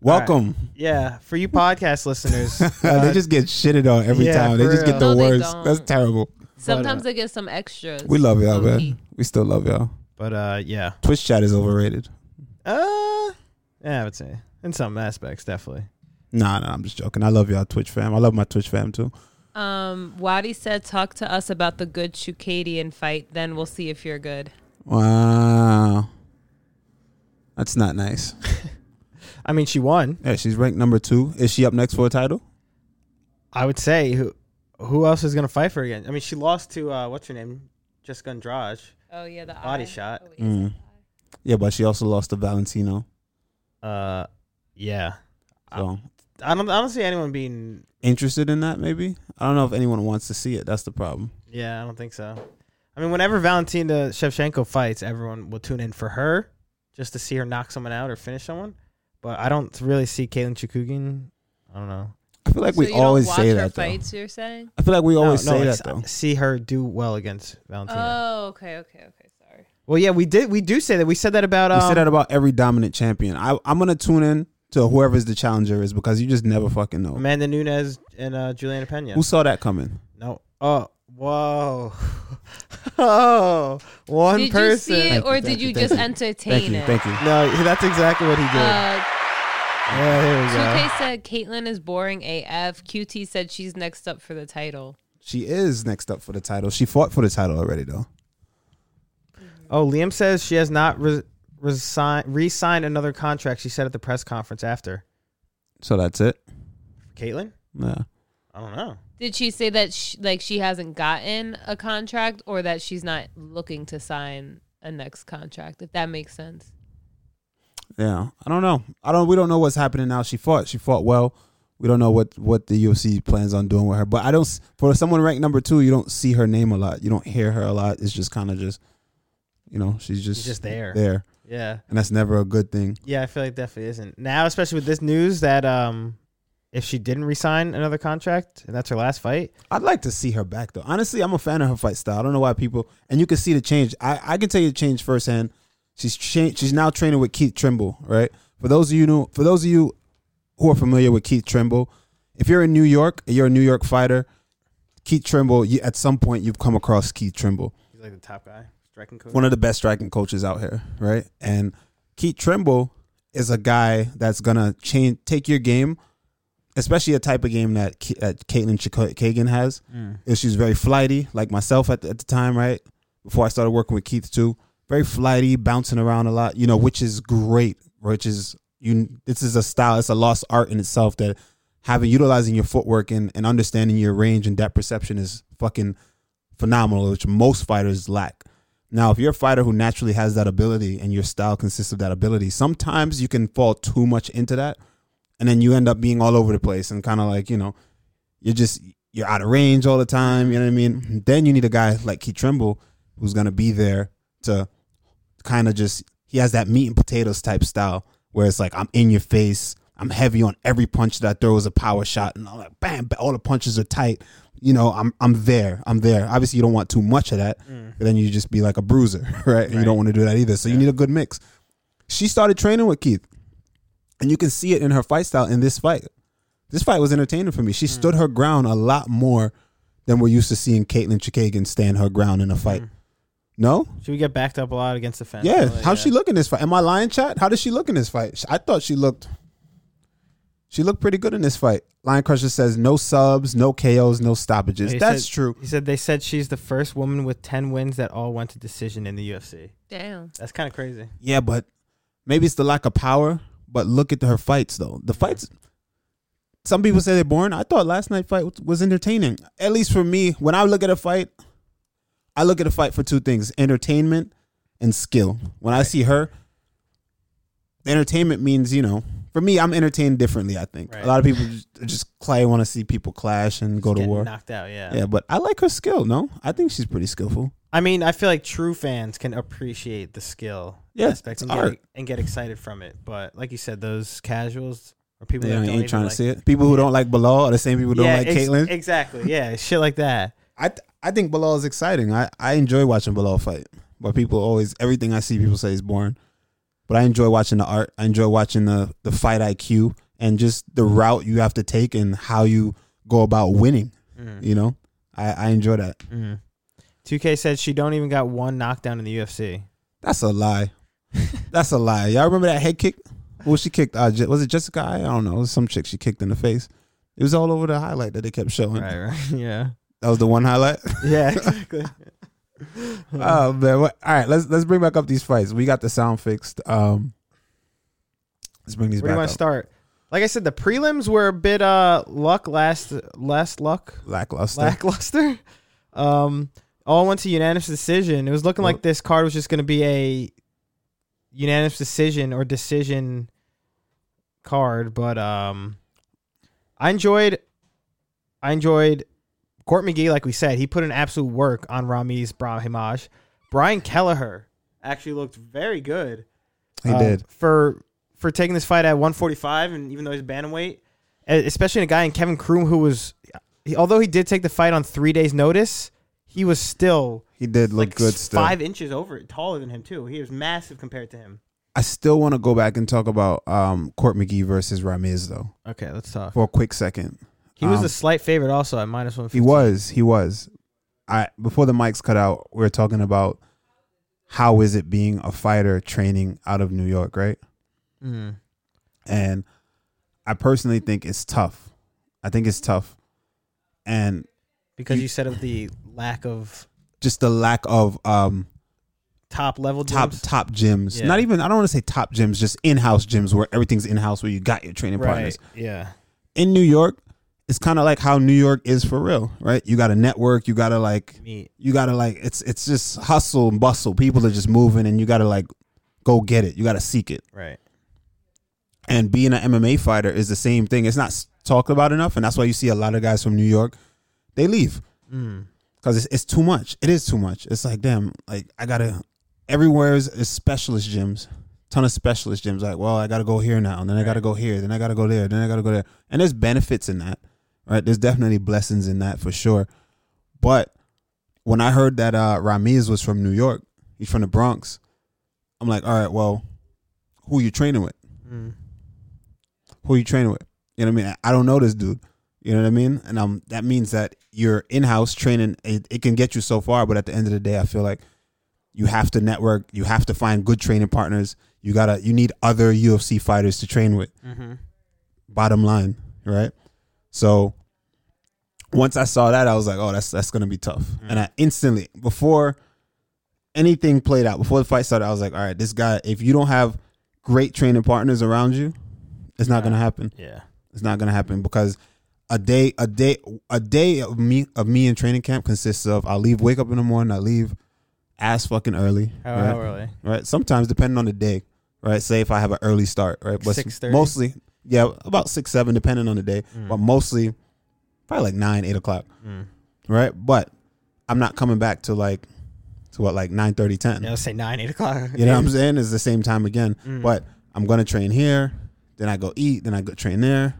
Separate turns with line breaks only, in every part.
Welcome.
Yeah, for you podcast listeners,
Uh,
uh,
they just get shitted on every
yeah,
time. They
for
just get the
real. No, they
worst.
don't.
That's terrible.
uh,
Sometimes they get some extras.
We love y'all,
Low-key.
man. We still love y'all.
but uh, yeah,
Twitch chat is overrated.
uh, yeah, I would say in some aspects definitely.
Nah, nah, I'm just joking. I love y'all, Twitch fam. I love my Twitch fam too.
Um, Wadi said, "Talk to us about the good Chukadian fight. Then we'll see if you're good."
Wow. That's not nice.
I mean, she won.
Yeah, she's ranked number two. Is she up next for a title?
I would say who who else is gonna fight for her again? I mean, she lost to uh, what's her name, Jessica Andrade.
Oh yeah, the
Body eye. shot. Oh,
Mm. Yeah, but she also lost to Valentino.
Uh, yeah,
So
Oh.
I don't I don't see anyone being.
interested in that maybe? I don't know if anyone wants to see it. That's the problem.
Yeah, I don't think so. I mean, whenever Valentina Shevchenko fights, everyone will tune in for her just to see her knock someone out or finish someone. But I don't really see Caitlin Chukugin. I don't know.
I feel like we
so you
always
don't watch
say
her
that though.
fights. You're saying?
I feel like we
No,
always
no,
say
like,
that though.
s- See her do well against Valentina.
Oh, okay, okay, okay. Sorry.
well, yeah, we did. We do say that. We said that about. Um,
we say that about every dominant champion. I, I'm gonna tune in to whoever's the challenger is because you just never fucking know.
Amanda Nunes and uh, Juliana Pena.
Who saw that coming?
no. Oh. Whoa. oh. One
did
person.
you see it,
Thank you,
or
thank
did
you,
you,
thank
just
you.
entertain
Thank you,
it?
thank you.
No, that's exactly what he did.
Uh,
yeah, here we go.
2K said Caitlyn is boring AF. QT said she's next up for the title.
She is next up for the title. She fought for the title already though.
Oh, Liam says she has not re- resign- re-signed another contract. She said at the press conference after
So that's it.
Caitlin.
Yeah.
I don't know.
Did she say that sh like she hasn't gotten a contract or that she's not looking to sign a next contract? If that makes sense.
Yeah. I don't know. I don't we don't know what's happening now. She fought. She fought well. We don't know what what the UFC plans on doing with her. But I don't s- for someone ranked number 2, you don't see her name a lot. You don't hear her a lot. It's just kind of just you know, she's just
She's just there.
There.
Yeah,
And that's never a good thing.
yeah. I feel like definitely isn't now, especially with this news that um, if she didn't resign another contract and that's her last fight.
I'd like to see her back though. Honestly, I'm a fan of her fight style. I don't know why people and you can see the change. I, I can tell you the change firsthand. She's cha- she's now training with Keith Trimble, right? For those of you know, for those of you who are familiar with Keith Trimble, if you're in New York, and you're a New York fighter, Keith Trimble, you, at some point you've come across Keith Trimble
He's like the top guy, striking coach.
one of the best striking coaches out here, right? And Keith Trimble is a guy that's gonna change, take your game, especially a type of game that K- that Caitlin Chik- Kagan has. Is she's very flighty, like myself at the, at the time, right? Before I started working with Keith too, very flighty, bouncing around a lot, you know, which is great. Which is you. This is a style. It's a lost art in itself that having utilizing your footwork and, and understanding your range and depth perception is fucking phenomenal, which most fighters lack. Now, if you're a fighter who naturally has that ability and your style consists of that ability, sometimes you can fall too much into that and then you end up being all over the place and kind of like, you know, you're just you're out of range all the time, you know what I mean? Then you need a guy like Keith Trimble who's going to be there to kind of just he has that meat and potatoes type style where it's like I'm in your face, I'm heavy on every punch that I throw is a power shot, and I'm like bam, all the punches are tight. You know, I'm I'm there, I'm there. Obviously, you don't want too much of that, but then you just be like a bruiser, right? And You don't want to do that either. So you need a good mix. She started training with Keith, and you can see it in her fight style in this fight. This fight was entertaining for me.
Hmm.
She stood her ground a lot more than we're used to seeing Caitlin Chikagan stand her ground in a fight. No,
Should we get backed up a lot against the fence?
yeah,
Hmm. Really,
how's she look in this fight? Am I lying, chat? How does she look in this fight? Sh- I thought she looked, she looked pretty good in this fight. Lion Crusher says no subs, no KOs, no stoppages.
He
That's
said-
true.
He said they said she's the first woman with ten wins that all went to decision in the UFC.
Damn.
That's kind of crazy.
Yeah, but maybe it's the lack of power. But look at her fights though. The fights. Some people say they're boring. I thought last night fight was- was entertaining. At least for me, when I look at a fight, I look at a fight for two things: entertainment and skill. When I see her, entertainment means you know. For me, I'm entertained differently. I think
Right.
a lot of people just, just clay want to see people clash and go to
Getting
war.
knocked out. Yeah.
Yeah, but I like her skill. No, I think she's pretty skillful.
I mean, I feel like true fans can appreciate the skill
Yeah,
aspect
it's
and get,
art.
and get excited from it. But like you said, those casuals or people
They
that
ain't
don't
trying
even
to
like,
see it. People who don't like Bilal are the same people who
yeah,
don't like
ex-
Caitlyn.
Exactly. Yeah, shit like that.
I th- I think Bilal is exciting. I, I enjoy watching Bilal fight, but people always everything I see people say is boring. But I enjoy watching the art. I enjoy watching the the fight IQ and just the route you have to take and how you go about winning.
Hmm.
You know, I I enjoy that.
Mm. 2K said she don't even got one knockdown in the UFC.
That's a lie. That's a lie. Y'all remember that head kick? Well, she kicked. Uh, Je- was it Jessica? I don't know. It was some chick she kicked in the face. It was all over the highlight that they kept showing.
Right, right. Yeah.
That was the one highlight.
Yeah, exactly.
oh man! What? All right, let's let's bring back up these fights. We got the sound fixed. Um, let's bring these
Where do you
back
want
up.
to start? Like I said, the prelims were a bit uh luck last last luck
Lackluster.
lackluster. Um, all went to unanimous decision. It was looking like this card was just going to be a unanimous decision or decision card, but um, I enjoyed, I enjoyed Court McGee. Like we said, he put an absolute work on Ramiz Brahimaj. Brian Kelleher actually looked very good.
he
uh,
did.
for for taking this fight at 145, and even though he's bantamweight, e- especially in a guy in Kevin Kroom who was, he, although he did take the fight on three days' notice, he was still
He did look
like
good.
s-
Still,
five inches over, taller than him too. He was massive compared to him.
I still want to go back and talk about um Court McGee versus Ramirez though
Okay, let's talk.
for a quick second.
He was
Um,
a slight favorite also at minus one.
He was. He was. I before the mics cut out, we were talking about how is it being a fighter training out of New York, right?
Mm.
And I personally think it's tough. I think it's tough, and
because you said of the lack of
just the lack of um
top level
top
gyms.
top gyms.
Yeah.
Not even I don't want to say top gyms, just in house gyms where everything's in house where you got your training
right?
partners.
Yeah,
In New York, it's kind of like how New York is for real, right? You got to network, you got to like
meat.
you got to like it's it's just hustle and bustle. People are just moving and you got to like go get it. You got to seek it.
Right.
And being an MMA fighter is the same thing. It's not s- talked about enough and that's why you see a lot of guys from New York they leave
Mm.
because it's, it's too much. It is too much. It's like damn, like I gotta. Everywhere is, is specialist gyms, ton of specialist gyms. Like, well, I gotta go here now, and then I gotta go here, then I gotta go there, then I gotta go there. And there's benefits in that, right? There's definitely blessings in that for sure. But when I heard that uh, Ramiz was from New York, he's from the Bronx. I'm like, all right, well, who you training with?
Mm.
who you training with. You know what I mean? I don't know this dude. You know what I mean? And um, that means that you're in house training. It, it can get you so far, but at the end of the day, I feel like you have to network. You have to find good training partners. You gotta. You need other UFC fighters to train with.
Mm-hmm.
Bottom line, right? So once I saw that, I was like, oh, that's that's gonna be tough. And I instantly before anything played out, before the fight started, I was like, all right, this guy. If you don't have great training partners around you, it's not gonna happen.
Yeah.
It's not gonna happen because a day, a day, a day of me of me in training camp consists of I leave, wake up in the morning, I leave ass fucking early,
How,
right?
how early?
Right? Sometimes depending on the day, right? Say if I have an early start, right? But
6:30?
mostly, yeah, about six seven, depending on the day, but mostly probably like nine eight o'clock,
Mm.
right? But I'm not coming back to like to what like nine thirty ten.
Yeah, let's say nine, eight o'clock.
You know what I'm saying? It's the same time again.
Mm.
But I'm gonna train here, then I go eat, then I go train there.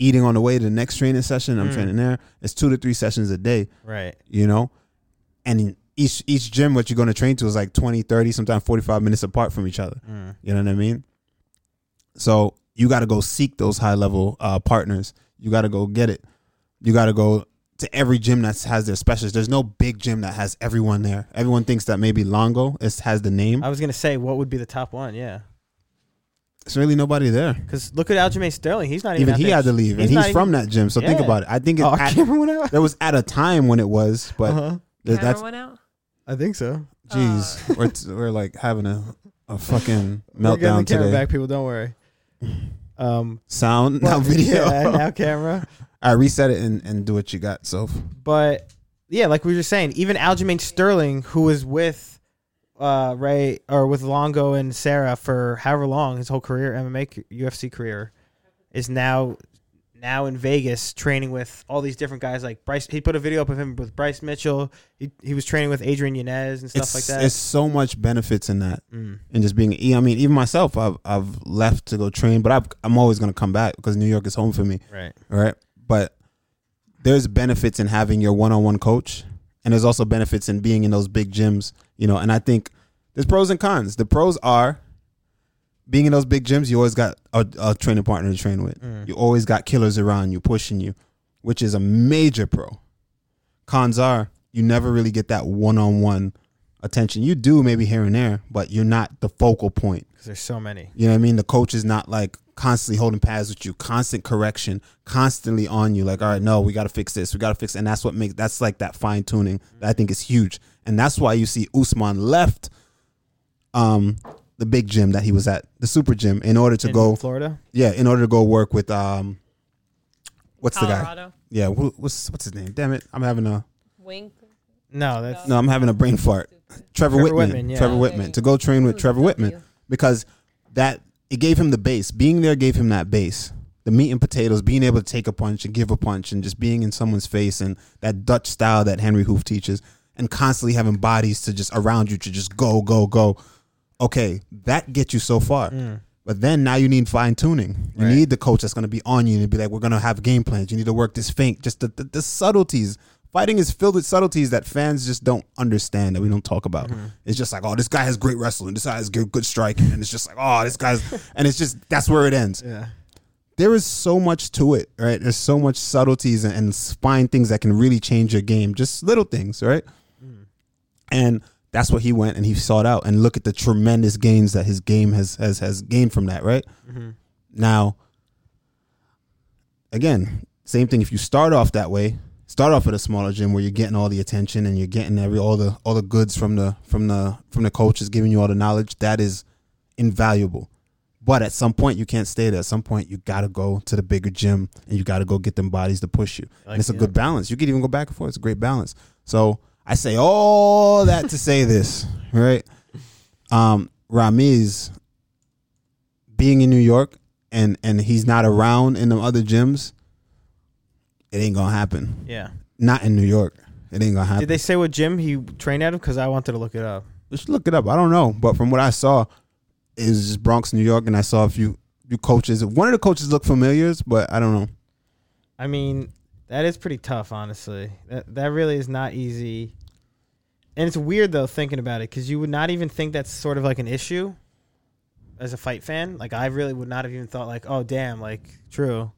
Eating on the way to the next training session, I'm
Mm.
training there. It's two to three sessions a day,
Right.
you know? And in each each gym what you're gonna train to is like 20, 30, sometimes 45 minutes apart from each other.
Mm.
You know what I mean? So you gotta go seek those high level uh, partners. You gotta go get it. You gotta go to every gym that has their specialists. There's no big gym that has everyone there. Everyone thinks that maybe Longo is, has the name.
I was gonna say what would be the top one, yeah.
There's really nobody there.
Because look at Aljamain Sterling, he's not even.
even
out
he
there.
had to leave, and
not
he's
even-
from that gym. So think
Yeah.
about it. I think it,
Oh, I
at-
can't remember when I-
there was at a time when it was, but
Uh-huh.
th-
Camera
that's
went out.
I think so.
jeez. we're t- we're like having a, a fucking
We're getting
meltdown
the camera
today.
back, people. Don't worry. Um,
Sound now
but-
video.
yeah, now camera.
I reset it and, and do what you got. So
But yeah, like we were saying, even Aljamain Sterling, who was with uh, Ray or with Longo and Sarah for however long his whole career, MMA, c- UFC career, is now now in Vegas training with all these different guys. Like Bryce, he put a video up of him with Bryce Mitchell. He, he was training with Adrian Yanez and stuff
it's
like that.
it's so much benefits in that,
Mm.
and just being. e, I mean, even myself, I've I've left to go train, but I've, I'm always gonna come back because New York is home for me.
Right.
All right. But there's benefits in having your one on one coach. And there's also benefits in being in those big gyms, you know. And I think there's pros and cons. The pros are being in those big gyms, you always got a, a training partner to train with. You always got killers around you pushing you, which is a major pro. Cons are you never really get that one on one attention. You do maybe here and there, but you're not the focal point.
because there's so many.
You know what I mean? The coach is not like constantly holding pads with you, constant correction, constantly on you. Like, all right, no, we got to fix this, we got to fix, and that's what makes that's like that fine tuning that I think is huge, and that's why you see Usman left, um, the big gym that he was at, the super gym, in order to
In
go,
Florida.
yeah, in order to go work with um, what's the guy?
Colorado.
Yeah, wh- what's what's his name? Damn it, I'm having a
Wink.
No, that's
no, I'm having a brain fart. Trevor,
Trevor
Whitman,
Whitman, yeah.
Trevor Whitman, to go train with
Ooh,
Trevor Whitman
W.
because that it gave him the base. Being there gave him that base. The meat and potatoes, being able to take a punch and give a punch, and just being in someone's face, and that Dutch style that Henry Hoof teaches, and constantly having bodies to just around you to just go, go, go. Okay, that gets you so far. But then now you need fine tuning. You
Right.
need the coach that's going to be on you and be like, we're going to have game plans. You need to work this feint, just the, the, the subtleties. Fighting is filled with subtleties that fans just don't understand that we don't talk about. It's just like, oh, this guy has great wrestling. This guy has good, good striking. And it's just like, oh, this guy's. And it's just, that's where it ends.
yeah.
There is so much to it, right? There's so much subtleties and, and fine things that can really change your game, just little things, right? and that's what he went and he sought out and look at the tremendous gains that his game has has has gained from that right now again same thing if you start off that way start off at a smaller gym where you're getting all the attention and you're getting every all the all the goods from the from the from the coaches giving you all the knowledge that is invaluable but at some point you can't stay there at some point you got to go to the bigger gym and you got to go get them bodies to push you
Like,
and it's a
yeah.
good balance you could even go back and forth it's a great balance so i say all that to say this right um ramiz being in new york and and he's not around in the other gyms it ain't gonna happen
Yeah.
not in New York. It ain't gonna happen.
Did they say what gym he trained at? Because I wanted to look it up.
Just look it up. I don't know, but from what I saw, it was just Bronx, New York, and I saw a few few coaches. One of the coaches looked familiars, but I don't know.
I mean, that is pretty tough, honestly. That that really is not easy. And it's weird though thinking about it because you would not even think that's sort of like an issue as a fight fan. Like I really would not have even thought like, oh damn, like true.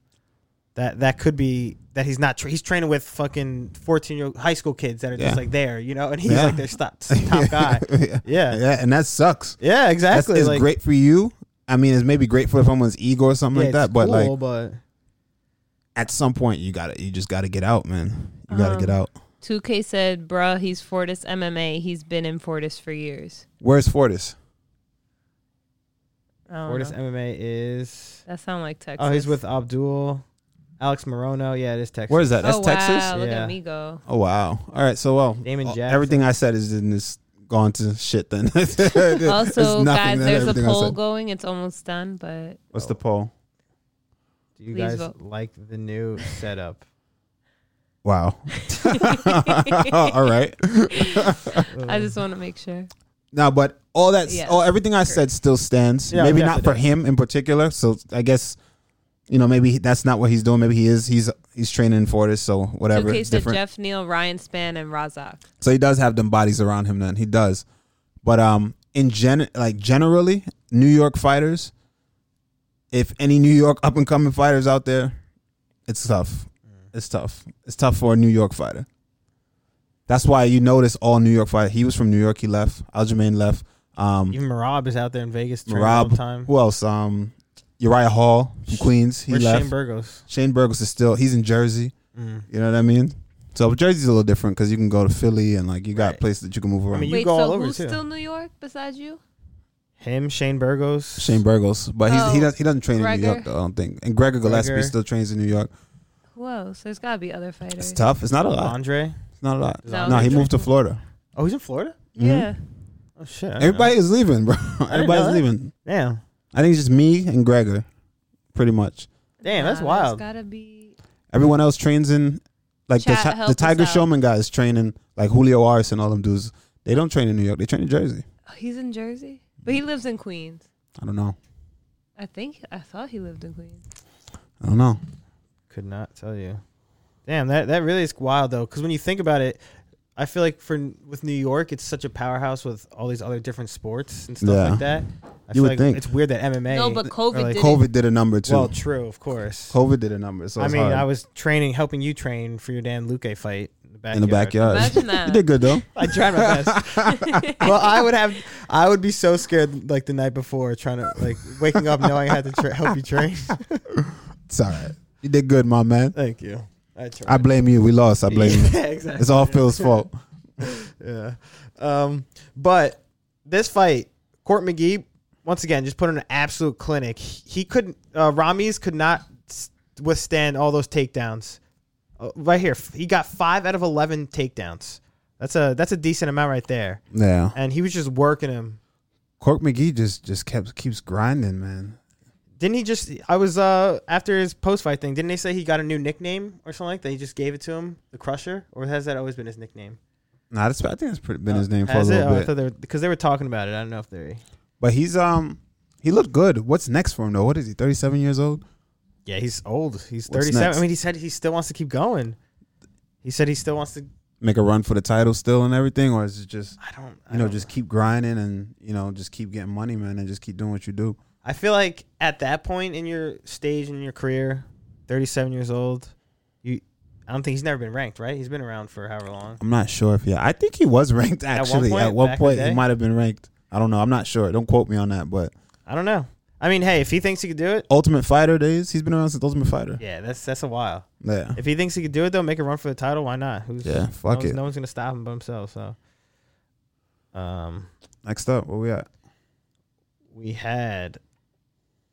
That that could be that he's not tra- he's training with fucking fourteen year old high school kids that are
Yeah.
just like there, you know, and he's
Yeah.
like their top top guy.
yeah.
Yeah, yeah,
yeah, and that sucks. That's
exactly.
it's
like,
great for you. I mean, it's maybe great for someone's ego or something
yeah,
like that.
it's
But
cool,
like,
but
at some point, you got to You just got to get out, man. You got to
Um,
get out.
2K said, bruh, he's Fortis MMA. He's been in Fortis for years.
Where's Fortis?
I don't
Fortis
know.
MMA is
That sound like Texas.
Oh, he's with Abdul, Alex Morono. Yeah, it is Texas.
Where's that? That's
oh,
Texas.
Wow, look
Yeah.
at me go.
Oh wow. All right. So well,
Damon
all-
Jackson.
everything I said is in this gone to shit. Then There's
Also,
nothing
guys,
in
there's a
everything I
poll
said.
going. It's almost done, but
What's the poll?
Do you
Please
guys
vote.
like the new setup?
Wow. all right.
I just want to make sure.
Now, but all that,
Yeah.
all everything I said still stands.
Yeah,
maybe
yeah,
not
it
for
does.
him in particular. So I guess, you know, maybe he- that's not what he's doing. Maybe he is. He's he's training for this. So whatever.
2K
It's
said
different.
Jeff Neal, Ryan Span, and Razak.
So he does have them bodies around him. Then he does. But um, in gen like generally, New York fighters. If any New York up and coming fighters out there, it's tough.
Mm.
It's tough. It's tough for a New York fighter. That's why you notice all New York fighter. He was from New York. He left. Aljamain left. Um,
Even Marab is out there in Vegas training all
Rob.
the time.
Who else? Um, Uriah Hall from Queens. He
Where's
left.
Shane Burgos?
Shane Burgos is still. He's in Jersey.
Mm.
You know what I mean? So Jersey's a little different because you can go to Philly and like you got
Right.
places that you can move around.
mean, You
Wait,
go
so
all over,
who's
too.
still New York besides you?
Him, Shane Burgos.
Shane Burgos, but he's, he
Oh,
doesn't he doesn't train in New
Gregor.
York. Though, I don't think. And Gregor Gillespie
Gregor.
still trains in New York.
Who else? There's got to be other fighters.
It's tough. It's not a lot.
Andre.
It's not a lot.
No,
No, he
Andre.
moved to Florida.
Oh, he's in Florida.
Mhm.
Yeah.
Oh shit. I didn't know.
Everybody is leaving, bro. Everybody's
that.
leaving.
Damn.
I think it's just me and Gregor, pretty much.
Damn, that's
Nah,
wild.
There's got to be.
Everyone else trains in like the,
Chat,
ti-
help
the
us
Tiger
out.
Showman guys training like Julio Arce and all them dudes. They don't train in New York. They train in Jersey.
Oh, he's in Jersey, but he lives in Queens.
I don't know.
I think I thought he lived in Queens.
I don't know.
Could not tell you. Damn, that that really is wild though, because when you think about it, I feel like for with New York, it's such a powerhouse with all these other different sports and stuff
Yeah.
like that. I
You
feel
would
like
think.
it's weird that MMA.
No, but COVID
really-
did it.
uh, COVID did a number too.
Well, true, of course.
COVID did a number. So
I
it's
mean,
hard.
I was training, helping you train for your Dan Luque fight in the backyard.
in the backyard.
Imagine
you
that.
did good though.
I tried my best. well, I would have, I would be so scared like the night before, trying to like waking up knowing I had to tra- help you train.
It's all right. You did good, my man.
Thank you. I tried.
I blame you. We lost. I blame you.
Yeah, exactly.
It's all Phil's fault.
Yeah. Um, but this fight, Court McGee, once again, just put in an absolute clinic. He couldn't, uh, Ramiz could not s- withstand all those takedowns. Uh, right here, f- he got five out of 11 takedowns. That's a that's a decent amount right there.
Yeah.
And he was just working him.
Cork McGee just just kept keeps grinding, man.
Didn't he just, I was, uh, after his post fight thing, didn't they say he got a new nickname or something like that? He just gave it to him, the Crusher? Or has that always been his nickname?
Nah, that's, I think that's pretty, been his name for a
Has it?
little
Oh, I
bit.
thought they were, because they were talking about it. I don't know if they
But he's um he looked good. What's next for him though? What is he? Thirty seven years old.
Yeah, he's old. He's
What's
37.
next?
I mean, he said he still wants to keep going. He said he still wants to.
Make a run for the title still and everything, or is it just
I don't. I
you know
don't-
just keep grinding and you know just keep getting money, man, and just keep doing what you do.
I feel like at that point in your stage in your career, 37 years old, you. I don't think he's never been ranked, right? He's been around for however long.
I'm not sure if he. I think he was ranked
At one
actually.
point,
At one
back in
point,
the
he
day?
might have been ranked. I don't know. I'm not sure. Don't quote me on that. But
I don't know. I mean, hey, if he thinks he could do it,
Ultimate Fighter days, he's been around since Ultimate Fighter.
yeah, that's that's a while.
Yeah,
If he thinks he could do it, though, make a run for the title. Why not? Who's
yeah.
no
Fuck
one's,
it.
no one's gonna stop him but himself. So, um,
Next up, where we at?
we had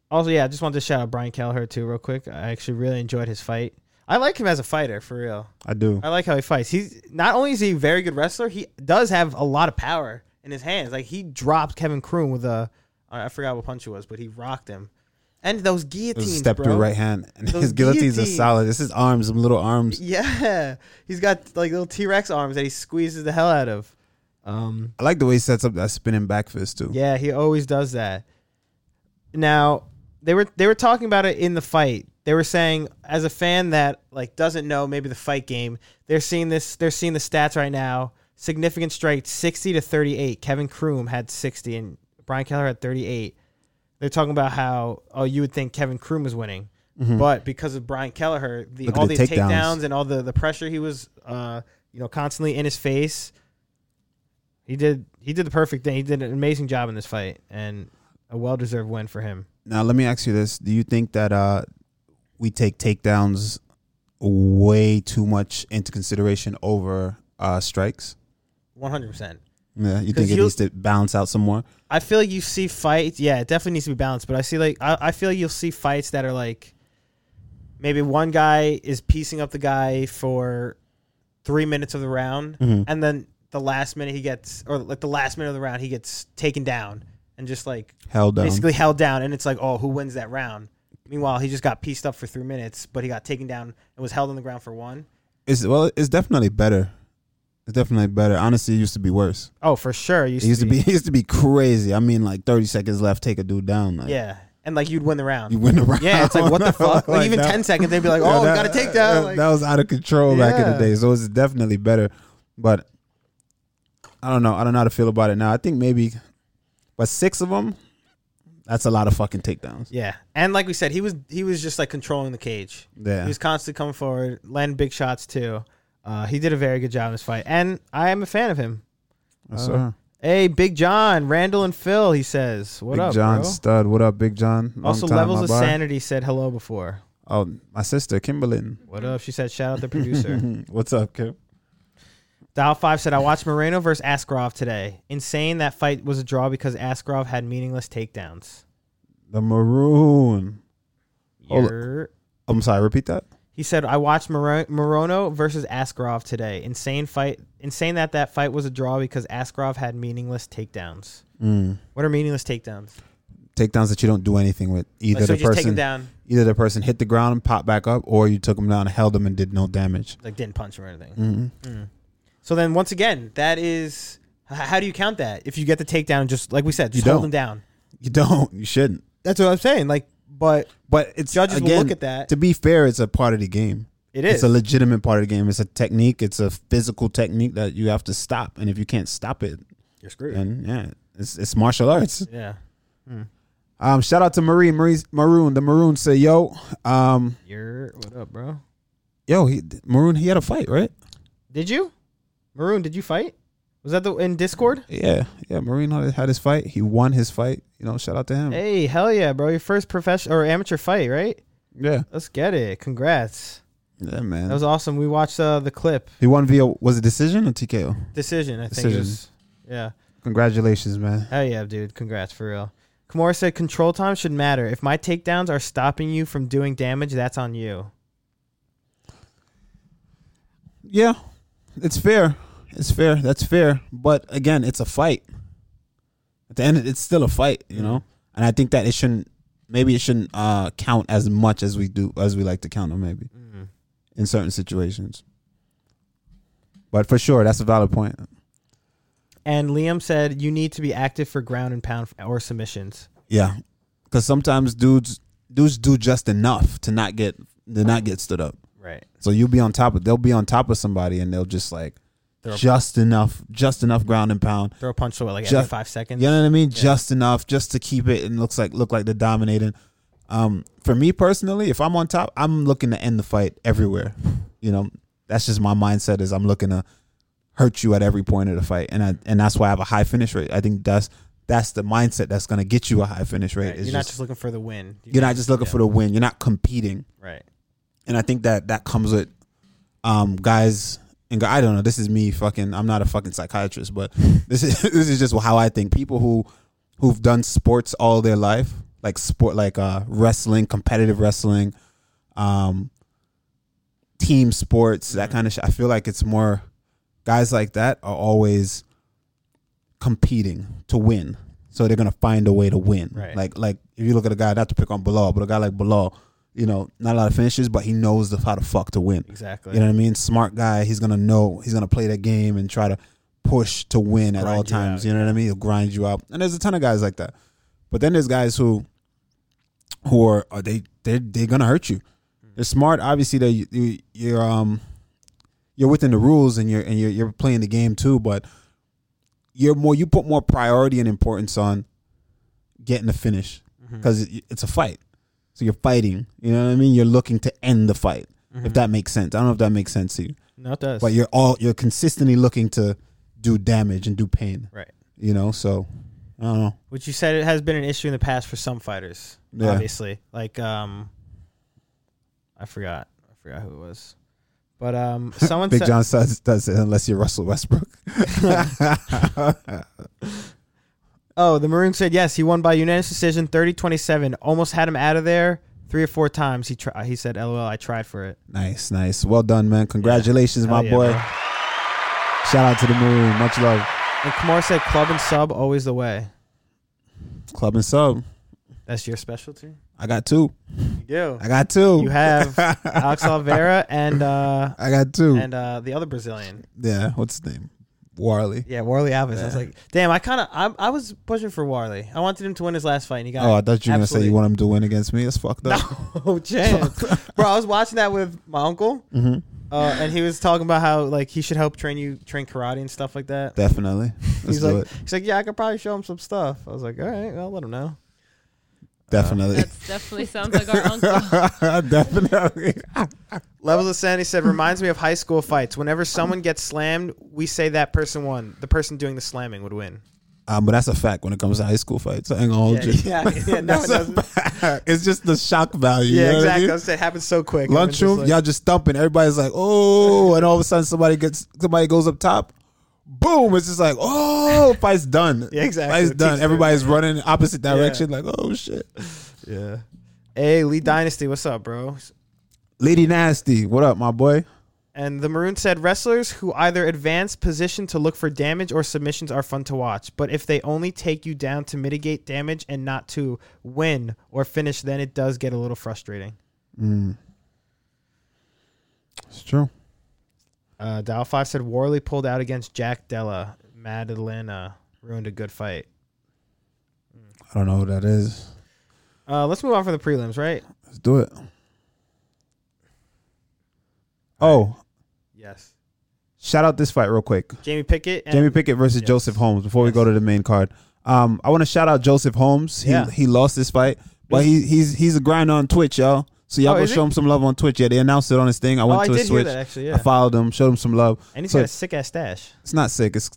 also yeah i just wanted to shout out brian kelleher too real quick i actually really enjoyed his fight i like him as a fighter for real
I do.
i like how he fights he's not only is he a very good wrestler he does have a lot of power in his hands like he dropped kevin kroon with a i I forgot what punch it was but he rocked him and
It was
those guillotines
a step
bro.
through right hand, and
Those
his guillotines are
guillotines.
solid. This is arms, them little arms.
yeah he's got like little t-rex arms that he squeezes the hell out of um
I like the way he sets up that spinning back fist too.
Yeah, he always does that. Now they were they were talking about it in the fight. They were saying as a fan that like doesn't know maybe the fight game, they're seeing this they're seeing the stats right now. Significant strikes, sixty to thirty eight. Kevin Kroom had sixty and Brian Keller had thirty eight. They're talking about how oh you would think Kevin Kroom was winning. But because of Brian Kelleher, the,
Look at
all
the
the
takedowns.
takedowns. and all the, the pressure he was, uh, you know, constantly in his face, he did he did the perfect thing. He did an amazing job in this fight and a well deserved win for him.
Now let me ask you this: Do you think that uh, we take takedowns way too much into consideration over uh, strikes?
One hundred percent.
Yeah, you
'Cause
think it
you-
needs to balance out some more?
I feel like you see fights yeah, it definitely needs to be balanced, but I see like I, I feel like you'll see fights that are like maybe one guy is piecing up the guy for three minutes of the round
Mm-hmm.
and then the last minute he gets or like the last minute of the round he gets taken down and just like
Held down.
basically held down, and it's like, oh, who wins that round? Meanwhile, he just got pieced up for three minutes, but he got taken down and was held on the ground for one.
It's well, it's definitely better. It's definitely better. Honestly, it used to be worse.
Oh, for sure.
It used to be, it used to be crazy. I mean, like thirty seconds left, take a dude down. Like,
Yeah, and like you'd win the round.
you win around.
yeah, it's like what the fuck? Like, even
that-
ten seconds, they'd be like,
yeah,
oh, we got to take down. Like,
that was out of control back in the
Yeah.
day, so it's definitely better. But I don't know. I don't know how to feel about it now. I think maybe, but six of them, that's a lot of fucking takedowns.
yeah, and like we said, he was he was just like controlling the cage. He
Yeah,
was constantly coming forward, landing big shots too. Uh, he did a very good job in this fight, and I am a fan of him.
Yes,
uh,
sir.
Hey, Big John, Randall, and Phil. He says, "What
Big
up,
John
bro?"
Stud. What up, Big John? Long
Also,
time,
levels
my
of
boy.
sanity said hello before.
Oh, my sister Kimberly.
What up? She said, "Shout out the producer."
What's up, Kim?
Dial five said, "I watched Moreno versus Askarov today. Insane that fight was a draw because Askarov had meaningless takedowns."
The maroon. Hold-
Yer.
I'm sorry. Repeat that.
He said, "I watched Moro- Morono versus Askarov today. Insane fight. Insane that that fight was a draw because Askarov had meaningless takedowns.
Mm.
What are meaningless takedowns?
Takedowns that you don't do anything with. Either
Like, so
the
you just take him
person,
down,
either the person hit the ground and popped back up, or you took him down, held him, and did no damage.
like didn't punch him or anything.
Mm.
So then, once again, that is h- how do you count that? If you get the takedown, just like we said, just
You
hold
don't.
him down.
You don't. You shouldn't.
That's what I'm saying. Like, but
But it's
judges
again,
will look at that.
To be fair, it's a part of the game.
It is.
It's a legitimate part of the game. It's a technique. It's a physical technique that you have to stop. And if you can't stop it,
You're screwed.
then yeah, it's it's martial arts.
Yeah.
Um, shout out to Marie, Marie Maroon. The Maroon say, "Yo, um,
You're what up, bro?
yo, he, Maroon, he had a fight, right?
Did you, Maroon? Did you fight? Was that the in Discord?
Yeah, yeah. Maroon had had his fight. He won his fight. You know, shout out to him.
Hey, hell yeah, bro! Your first professional or amateur fight, right?
Yeah,
Let's get it. Congrats.
yeah, man.
That was awesome. We watched uh, the clip
he won via was it decision or TKO?
decision. I think it
Decision.
was. Yeah.
Congratulations, man.
Hell yeah, dude. Congrats for real. Kimura said control time should matter. If my takedowns are stopping you from doing damage, that's on you.
Yeah, it's fair. It's fair. That's fair. But again, it's a fight. At the end, it's still a fight, you know. And I think that it shouldn't. Maybe it shouldn't uh, count as much as we do as we like to count them. Maybe in certain situations. But for sure, that's a valid point.
And Liam said you need to be active for ground and pound or submissions.
Yeah, because sometimes dudes dudes do just enough to not get to not get stood up.
Right.
So you'll be on top of they'll be on top of somebody and they'll just like
Throw a-
just enough just enough ground and pound
Throw a punch to what, like every
Just-
five seconds.
You know what I mean? Just enough, just to keep it and looks like look like they're dominating. Um, for me personally, if I'm on top, I'm looking to end the fight everywhere. You know, that's just my mindset. Is I'm looking to hurt you at every point of the fight, and I and that's why I have a high finish rate. I think that's that's the mindset that's gonna get you a high finish rate.
Right. You're
It's
not
just-
just looking for the win.
you're not just looking for the win. You're not competing
Right.
and I think that that comes with um guys and gu- I don't know. This is me fucking. I'm not a fucking psychiatrist, but this is this is just how I think. People who who've done sports all their life, like sport, like uh wrestling, competitive wrestling, um, team sports, that kind of shit. I feel like it's more guys like that are always competing to win. So they're gonna find a way to win.
Right.
Like like if you look at a guy, not to pick on Bilal, but a guy like Bilal, you know, not a lot of finishes, but he knows the, how to fuck to win.
Exactly.
You know what I mean? Smart guy. He's gonna know. He's gonna play that game and try to push to win at
Grind
all
you
times.
out,
you know what I mean? He'll grind you out. And there's a ton of guys like that. But then there's guys who, who are, are they they they're gonna hurt you. They're smart. Obviously, they you, you're um you're within the rules and you're and you're you're playing the game too. But you're more you put more priority and importance on getting the finish
Mm-hmm. Mm.
because it's a fight. So you're fighting. You know what I mean? You're looking to end the fight.
Mm.
If that makes sense, I don't know if that makes sense to you,
Mm-hmm. no, it does.
but you're all you're consistently looking to do damage and do pain.
right.
You know, so I don't know.
Which you said it has been an issue in the past for some fighters.
Yeah.
Obviously. Like um I forgot. I forgot who it was. But um someone
Big
said
John says does it unless you're Russell Westbrook.
Oh, the Maroon said yes, he won by unanimous decision 30-27. Almost had him out of there three or four times. He tri- he said LOL, I tried for it.
nice, nice, well done, man. Congratulations,
Hell
my
yeah,
boy.
bro.
Shout out to the Maroon. Much love.
And Kamar said club and sub always the way.
Club and sub.
That's your specialty?
I got two.
You do.
I got two.
You have Alex Oliveira and uh
I got two.
and uh the other Brazilian.
yeah. What's his name? Warley.
Yeah, Warley Alves. I was
Yeah.
like, damn, I kind of, I, I was pushing for Warley. I wanted him to win his last fight, and he got.
Oh, I thought you were gonna say
absolutely
you want him to win against me. That's fucked up.
No chance, bro. I was watching that with my uncle,
Mhm.
uh, and he was talking about how like he should help train you, train karate and stuff like that.
Definitely. Let's
he's
do
like,
it.
he's like, yeah, I could probably show him some stuff. I was like, all right, I'll let him know.
Definitely.
That's definitely sounds like our uncle.
Definitely.
Levels of Sanity said, reminds me of high school fights. Whenever someone gets slammed, we say that person won. The person doing the slamming would win.
Um, but that's a fact when it comes to high school fights. I ain't gonna hold
Yeah,
you.
yeah, yeah, no, it
That's a
doesn't.
fact. It's just the shock value. you
Yeah,
know what I
exactly. I
mean?
was saying, it happens so quick. I'm just
Lunchroom,
like-
y'all just thumping. Everybody's like, oh, and all of a sudden somebody gets somebody goes up top. Boom! It's just like, oh, fight's done.
Yeah, exactly.
Fight's
It
done.
teaches
Everybody's running opposite direction. Like, oh shit.
Yeah. Hey, Lee Dynasty, what's up, bro?
Lady Nasty, what up, my boy?
And the Maroon said wrestlers who either advance position to look for damage or submissions are fun to watch, but if they only take you down to mitigate damage and not to win or finish, then it does get a little frustrating.
It's true.
Uh, Dial Five said Warley pulled out against Jack Della. Mad Atlanta ruined a good fight.
I don't know who that is.
Uh, let's move on from the prelims, right?
Let's do it. Oh,
Yes.
shout out this fight real quick.
Jamie Pickett. And
Jamie Pickett versus
Yes.
Joseph Holmes before we go to the main card. Um, I want to shout out Joseph Holmes. He
Yeah.
he lost this fight, but he he's he's a grinder on Twitch, y'all. So y'all
Oh,
go
is
show
he?
him some love on Twitch. Yeah, they announced it on his thing. I
Oh,
went
I
to
did
his Twitch.
hear that actually.
I
Yeah,
followed him, showed him some love.
and he's
so-
got a sick ass stash.
It's not sick. It's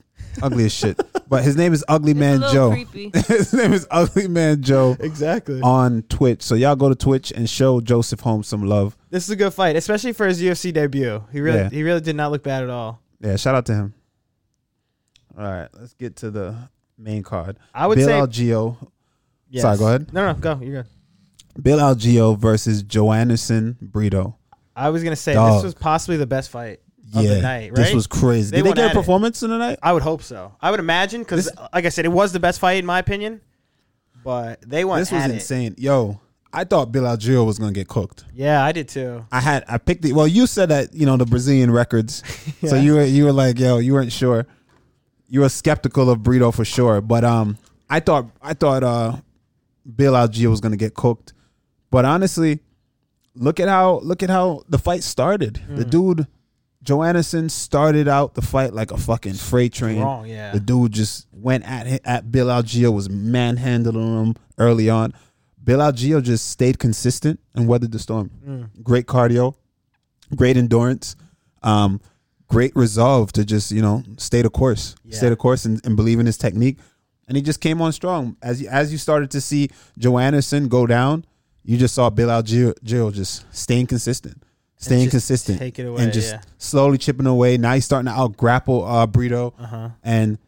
ugly as shit. But his name is Ugly
It's a
Man
little
Joe.
creepy.
his name is Ugly Man Joe
Exactly.
on Twitch. So y'all go to Twitch and show Joseph Holmes some love.
This is a good fight, especially for his UFC debut. He really,
Yeah.
he really did not look bad at all.
Yeah, shout out to him. All right, let's get to the main card.
I would
Bill
say.
Algeo.
yes.
Sorry, go ahead.
No, no, go. You're good.
Bill Algeo versus Joanderson Brito.
I was gonna say
Dog.
this was possibly the best fight
Yeah,
of the night, right?
this was crazy.
They
Did they
went
get
at
a
it.
performance in the night?
I would hope so. I would imagine because, like I said, it was the best fight in my opinion. But they went.
This was
at it.
insane, yo. I thought Bill Algeo was gonna get cooked.
Yeah, I did too.
I had I picked it. Well, you said that you know the Brazilian records, so
Yeah.
you were you were like, yo, you weren't sure. You were skeptical of Brito for sure, but um, I thought I thought uh, Bill Algeo was gonna get cooked, but honestly, look at how look at how the fight started. The dude, Joannison, started out the fight like a fucking freight train.
Wrong, yeah.
The dude just went at hi- at Bill Algeo was manhandling him early on. Bill Algeo just stayed consistent and weathered the storm.
Mm.
Great cardio, great endurance, um, great resolve to just you know stay the course, stay
Yeah.
the course, and, and believe in his technique. And he just came on strong as you, as you started to see Joanderson go down. You just saw Bill Algeo Geo just staying consistent, staying
just
consistent,
take it away,
and just
yeah.
slowly chipping away. Now he's starting to out grapple uh, Brito and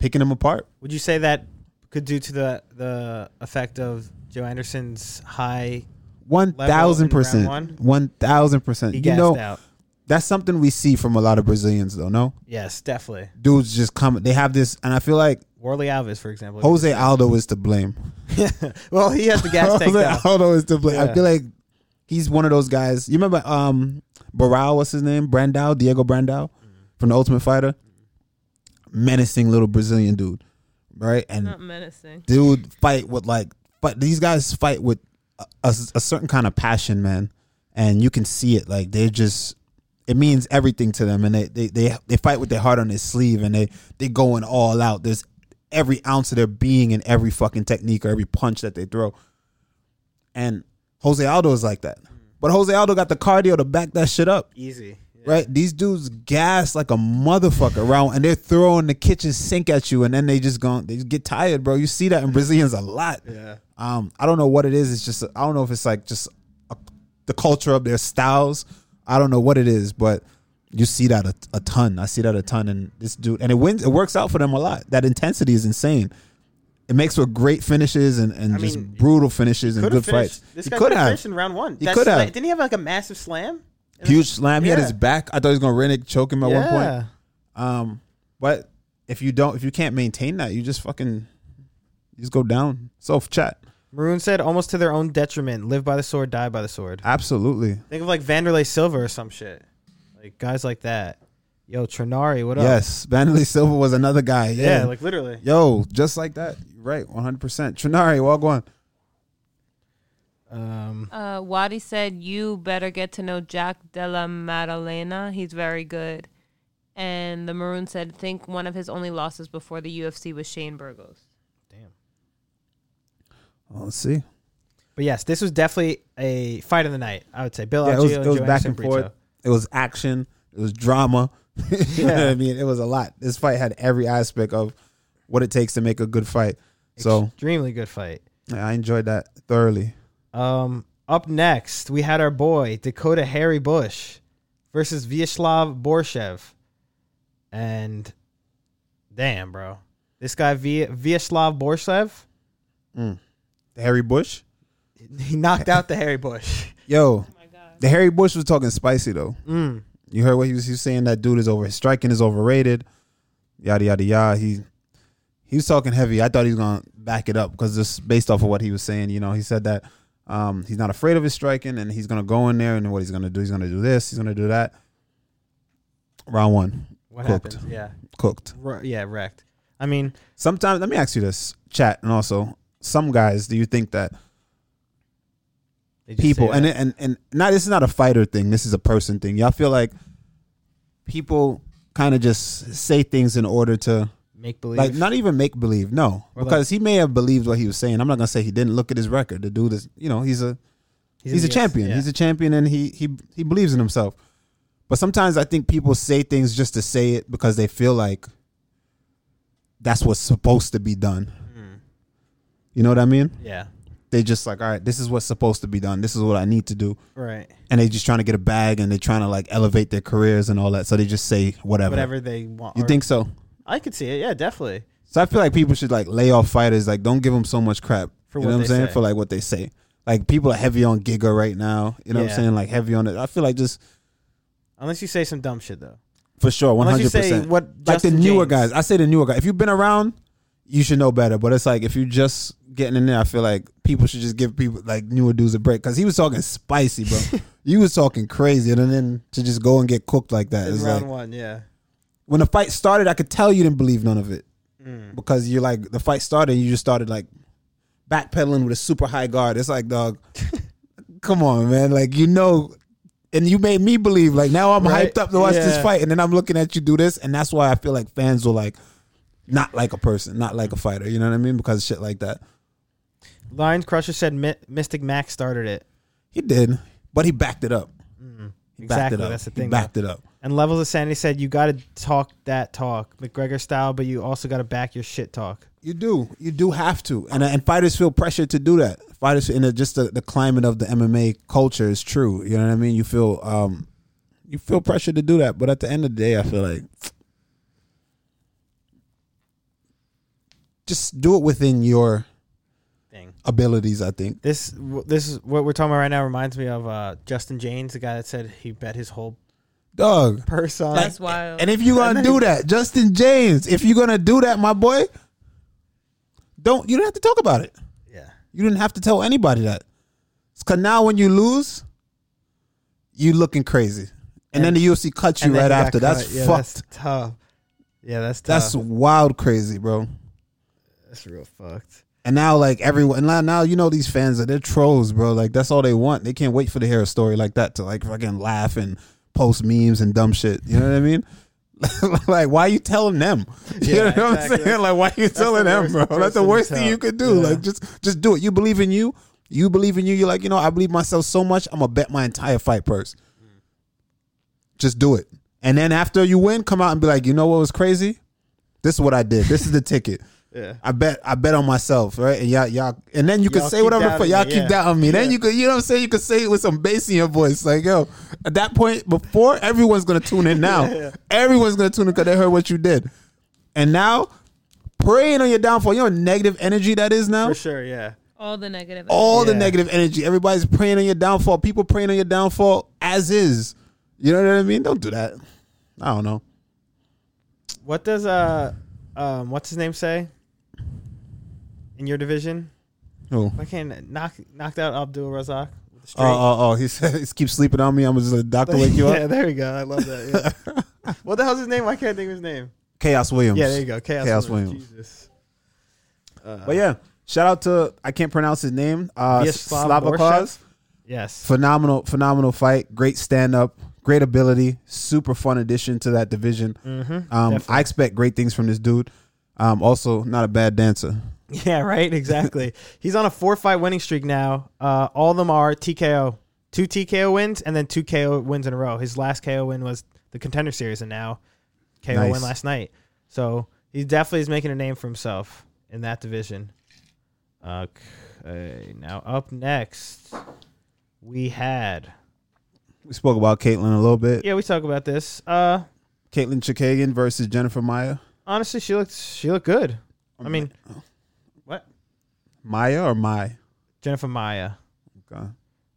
picking him apart.
Uh-huh. Would you say that could due to the the effect of Joe Anderson's high?
One thousand percent,
round
one thousand percent.
He
You
gassed
know
out.
that's something we see from a lot of Brazilians, though. No
Yes, definitely.
dudes just come. They have this, and I feel like
Worley Alves, for example.
Jose Aldo is to blame.
well, he has the gas
Jose
tank. though.
Aldo is to blame. I
Yeah.
feel like he's one of those guys. You remember um Barral? What's his name? Brandao, Diego Brandao
Mm-hmm.
from the Ultimate Fighter. Menacing little Brazilian dude, right? And
Not menacing.
dude fight with like but these guys fight with a, a- a certain kind of passion man and you can see it like they just it means everything to them and they, they they they fight with their heart on their sleeve and they they going all out there's every ounce of their being in every fucking technique or every punch that they throw and jose aldo is like that but jose aldo got the cardio to back that shit up
Easy. Yeah.
Right, these dudes gas like a motherfucker around, and they're throwing the kitchen sink at you, and then they just gone. They just get tired, bro. You see that in Brazilians a lot.
Yeah.
Um, I don't know what it is. It's just I don't know if it's like just a, the culture of their styles. I don't know what it is, but you see that a, a ton. I see that a ton, and this dude, and it wins. It works out for them a lot. That intensity is insane. It makes for great finishes and, and
I
just
mean,
brutal finishes and
Could
good
have finished.
fights.
This
he
guy
could have
finished in round one.
He
That's
could have.
like- Didn't he have like a massive slam?
huge slam. He had
Yeah.
his back. I thought he was gonna reneg choke him at one point.
Yeah.
Um, but if you don't, if you can't maintain that, you just fucking you just go down. Self chat,
Maroon said, almost to their own detriment. Live by the sword, die by the sword.
absolutely.
Think of like Vanderlei Silva or some shit. Like guys like that. Yo, Trinari, what up?
Yes, Vanderlei Silva was another guy. Yeah,
Yeah, like literally.
yo, just like that. You're right, one hundred percent. Trinari, walk on.
Um,
Uh, Wadi said, You better get to know Jack Della Maddalena. He's very good. And the Maroon said, Think one of his only losses before the UFC was Shane Burgos.
damn.
Well, Oh, let's see.
But yes, this was definitely a fight of the night. I would say Bill
Yeah, it
Algeo
was,
and
it was
Joe
back
Anderson
and forth.
Brito.
It was action. It was drama. you know what I mean, it was a lot. This fight had every aspect of what it takes to make a good fight. So
Extremely good fight.
yeah, I enjoyed that thoroughly.
Um, up next, we had our boy Dakota Harry Bush versus Vyacheslav Borshev, and damn, bro, this guy v- Vyacheslav Borshev,
Harry Bush,
he knocked out the Harry Bush.
yo,
Oh my God.
the Harry Bush was talking spicy though.
Mm.
You heard what he was, he was saying. That dude is over. His striking is overrated. Yada yada yada. He he was talking heavy. I thought he was gonna back it up because just based off of what he was saying, you know, he said that um, he's not afraid of his striking and he's gonna go in there and what he's gonna do. He's gonna do this. He's gonna do that. Round one,
What
Cooked.
happened? Yeah,
cooked.
Ru- yeah, wrecked. I mean,
Sometimes let me ask you this, chat, and also some guys. Do you think that
they just
people
say
and
that.
and and not this is not a fighter thing this is a person thing y'all feel like people kind of just say things in order to
make believe.
Like not even make believe, no,
Or like-
because he may have believed what he was saying. I'm not gonna say he didn't look at his record. The dude is, you know, he's a he's, a champion. He's a champion, and he he he believes in himself. But sometimes I think people say things just to say it because they feel like that's what's supposed to be done.
Hmm.
You know what I mean?
yeah.
They just like, all right, this is what's supposed to be done. This is what I need to do,
Right.
and they just trying to get a bag, and they trying to like elevate their careers and all that. So they just say whatever.
Whatever they want.
You
or-
think so?
I could see it. Yeah, definitely.
So I feel like people should like lay off fighters. Like, don't give them so much crap.
For
you know
what
what I'm
they
saying?
say.
For like what they say. Like people are heavy on Giga right now. You know what
Yeah.
I'm saying? Like heavy on it. I feel like just
Unless you say some dumb shit though.
for sure, one
Unless
hundred
you say
percent.
what
Like the
Justin
newer
James-
guys. I say the newer guys. If you've been around, you should know better. But it's like if you're just getting in there, I feel like people should just give people like newer dudes a break. Because he was talking spicy, bro. you was talking crazy, and then to just go and get cooked like that
in
is
round
like
one. Yeah.
when the fight started, I could tell you didn't believe none of it
Mm.
because you're like the fight started, and you just started like backpedaling with a super high guard. It's like, dog, come on, man. Like you know, and you made me believe. Like now I'm
Right.
hyped up to watch this
Yeah.
fight, and then I'm looking at you do this, and that's why I feel like fans will like not like a person, not like a fighter. You know what I mean? Because shit like that,
Lion Crusher said Mi- Mystic Max started it.
he did, but he backed it up. He backed
Mm. Exactly.
it up.
That's the
He
thing. though.
backed it up.
And Levels of Sanity said you got to talk that talk, McGregor style, but you also got to back your shit talk.
You do. You do have to. And and fighters feel pressure to do that. Fighters and it- just the, the climate of the MMA culture is true. You know what I mean? You feel um you feel pressure to do that, but at the end of the day, I feel like just do it within your
Thing.
abilities, I think.
This w- this is what we're talking about right now reminds me of uh, Justin James, the guy that said he bet his whole
Dog.
purse on.
That's wild.
And if you're gonna do that, Justin James, if you're gonna do that, my boy, don't you don't have to talk about it.
yeah.
You didn't have to tell anybody that. Because now when you lose, you looking crazy. And, then
And-
the UFC cuts you
And then
right
he got
after. That's
cut. yeah,
fucked.
That's tough. Yeah, that's tough.
That's, wild crazy, bro.
That's real fucked.
And now like everyone and now, now you know these fans are they're trolls, bro. Like that's all they want. They can't wait for to hear a story like that to like fucking laugh and post memes and dumb shit. You know what I mean? like why you telling them? You
Yeah,
know what
exactly.
I'm saying? Like why you telling
the
them, bro? That's
worst
the
person to
worst thing
tell.
you could do.
Yeah.
Like just just do it. You believe in you. You believe in you. You're like, you know, I believe myself so much, I'm gonna bet my entire fight purse. Just do it. And then after you win, come out and be like, you know what was crazy? This is what I did. This is the ticket.
Yeah.
I bet I bet on myself, right? And y'all, y'all and then you could
Y'all
say
keep
whatever the fuck
doubting
y'all
me, yeah.
keep doubting me. Then
Yeah.
you could you know what I'm saying? You could say it with some bass in your voice. Like, yo, at that point, before everyone's gonna tune in now. Everyone's gonna tune in because they heard what you did. And now preying on your downfall. You know what negative energy that is now?
For sure, yeah.
All the negative.
All the
Yeah.
negative energy. Everybody's preying on your downfall. People preying on your downfall as is. You know what I mean? Don't do that. I don't know.
What does uh um what's his name say? In your division?
Oh.
Why can't knock knocked out Abdul Razak with
Oh,
a straight?
oh, oh, he said, "Just keep sleeping on me. I'm just a doctor wake you
yeah,
up.
there we go. I love that. Yeah. what the hell's his name? Why can't I think of his name?
Chaos Williams.
Yeah, there you go. Chaos,
Chaos
Williams.
Williams.
Jesus. Uh,
But yeah, shout out to I can't pronounce his name. Uh
Vyacheslav
Slavakaz.
Borshak. yes.
Phenomenal, phenomenal fight. Great stand up. Great ability. Super fun addition to that division.
Mm-hmm.
Um, I expect great things from this dude. Um, also, not a bad dancer.
Yeah, right. Exactly. He's on a four-fight winning streak now. Uh, all of them are TKO. Two TKO wins and then two KO wins in a row. His last KO win was the Contender Series, and now KO win
Nice.
last night. So he definitely is making a name for himself in that division. Okay. Now up next, we had.
We spoke about Caitlyn a little bit.
Yeah, we talk about this. Uh,
Caitlyn Chikagan versus Jennifer Maya.
honestly, she looked she looked good. I mean, what
Maya or Mai?
Jennifer Maya.
Okay.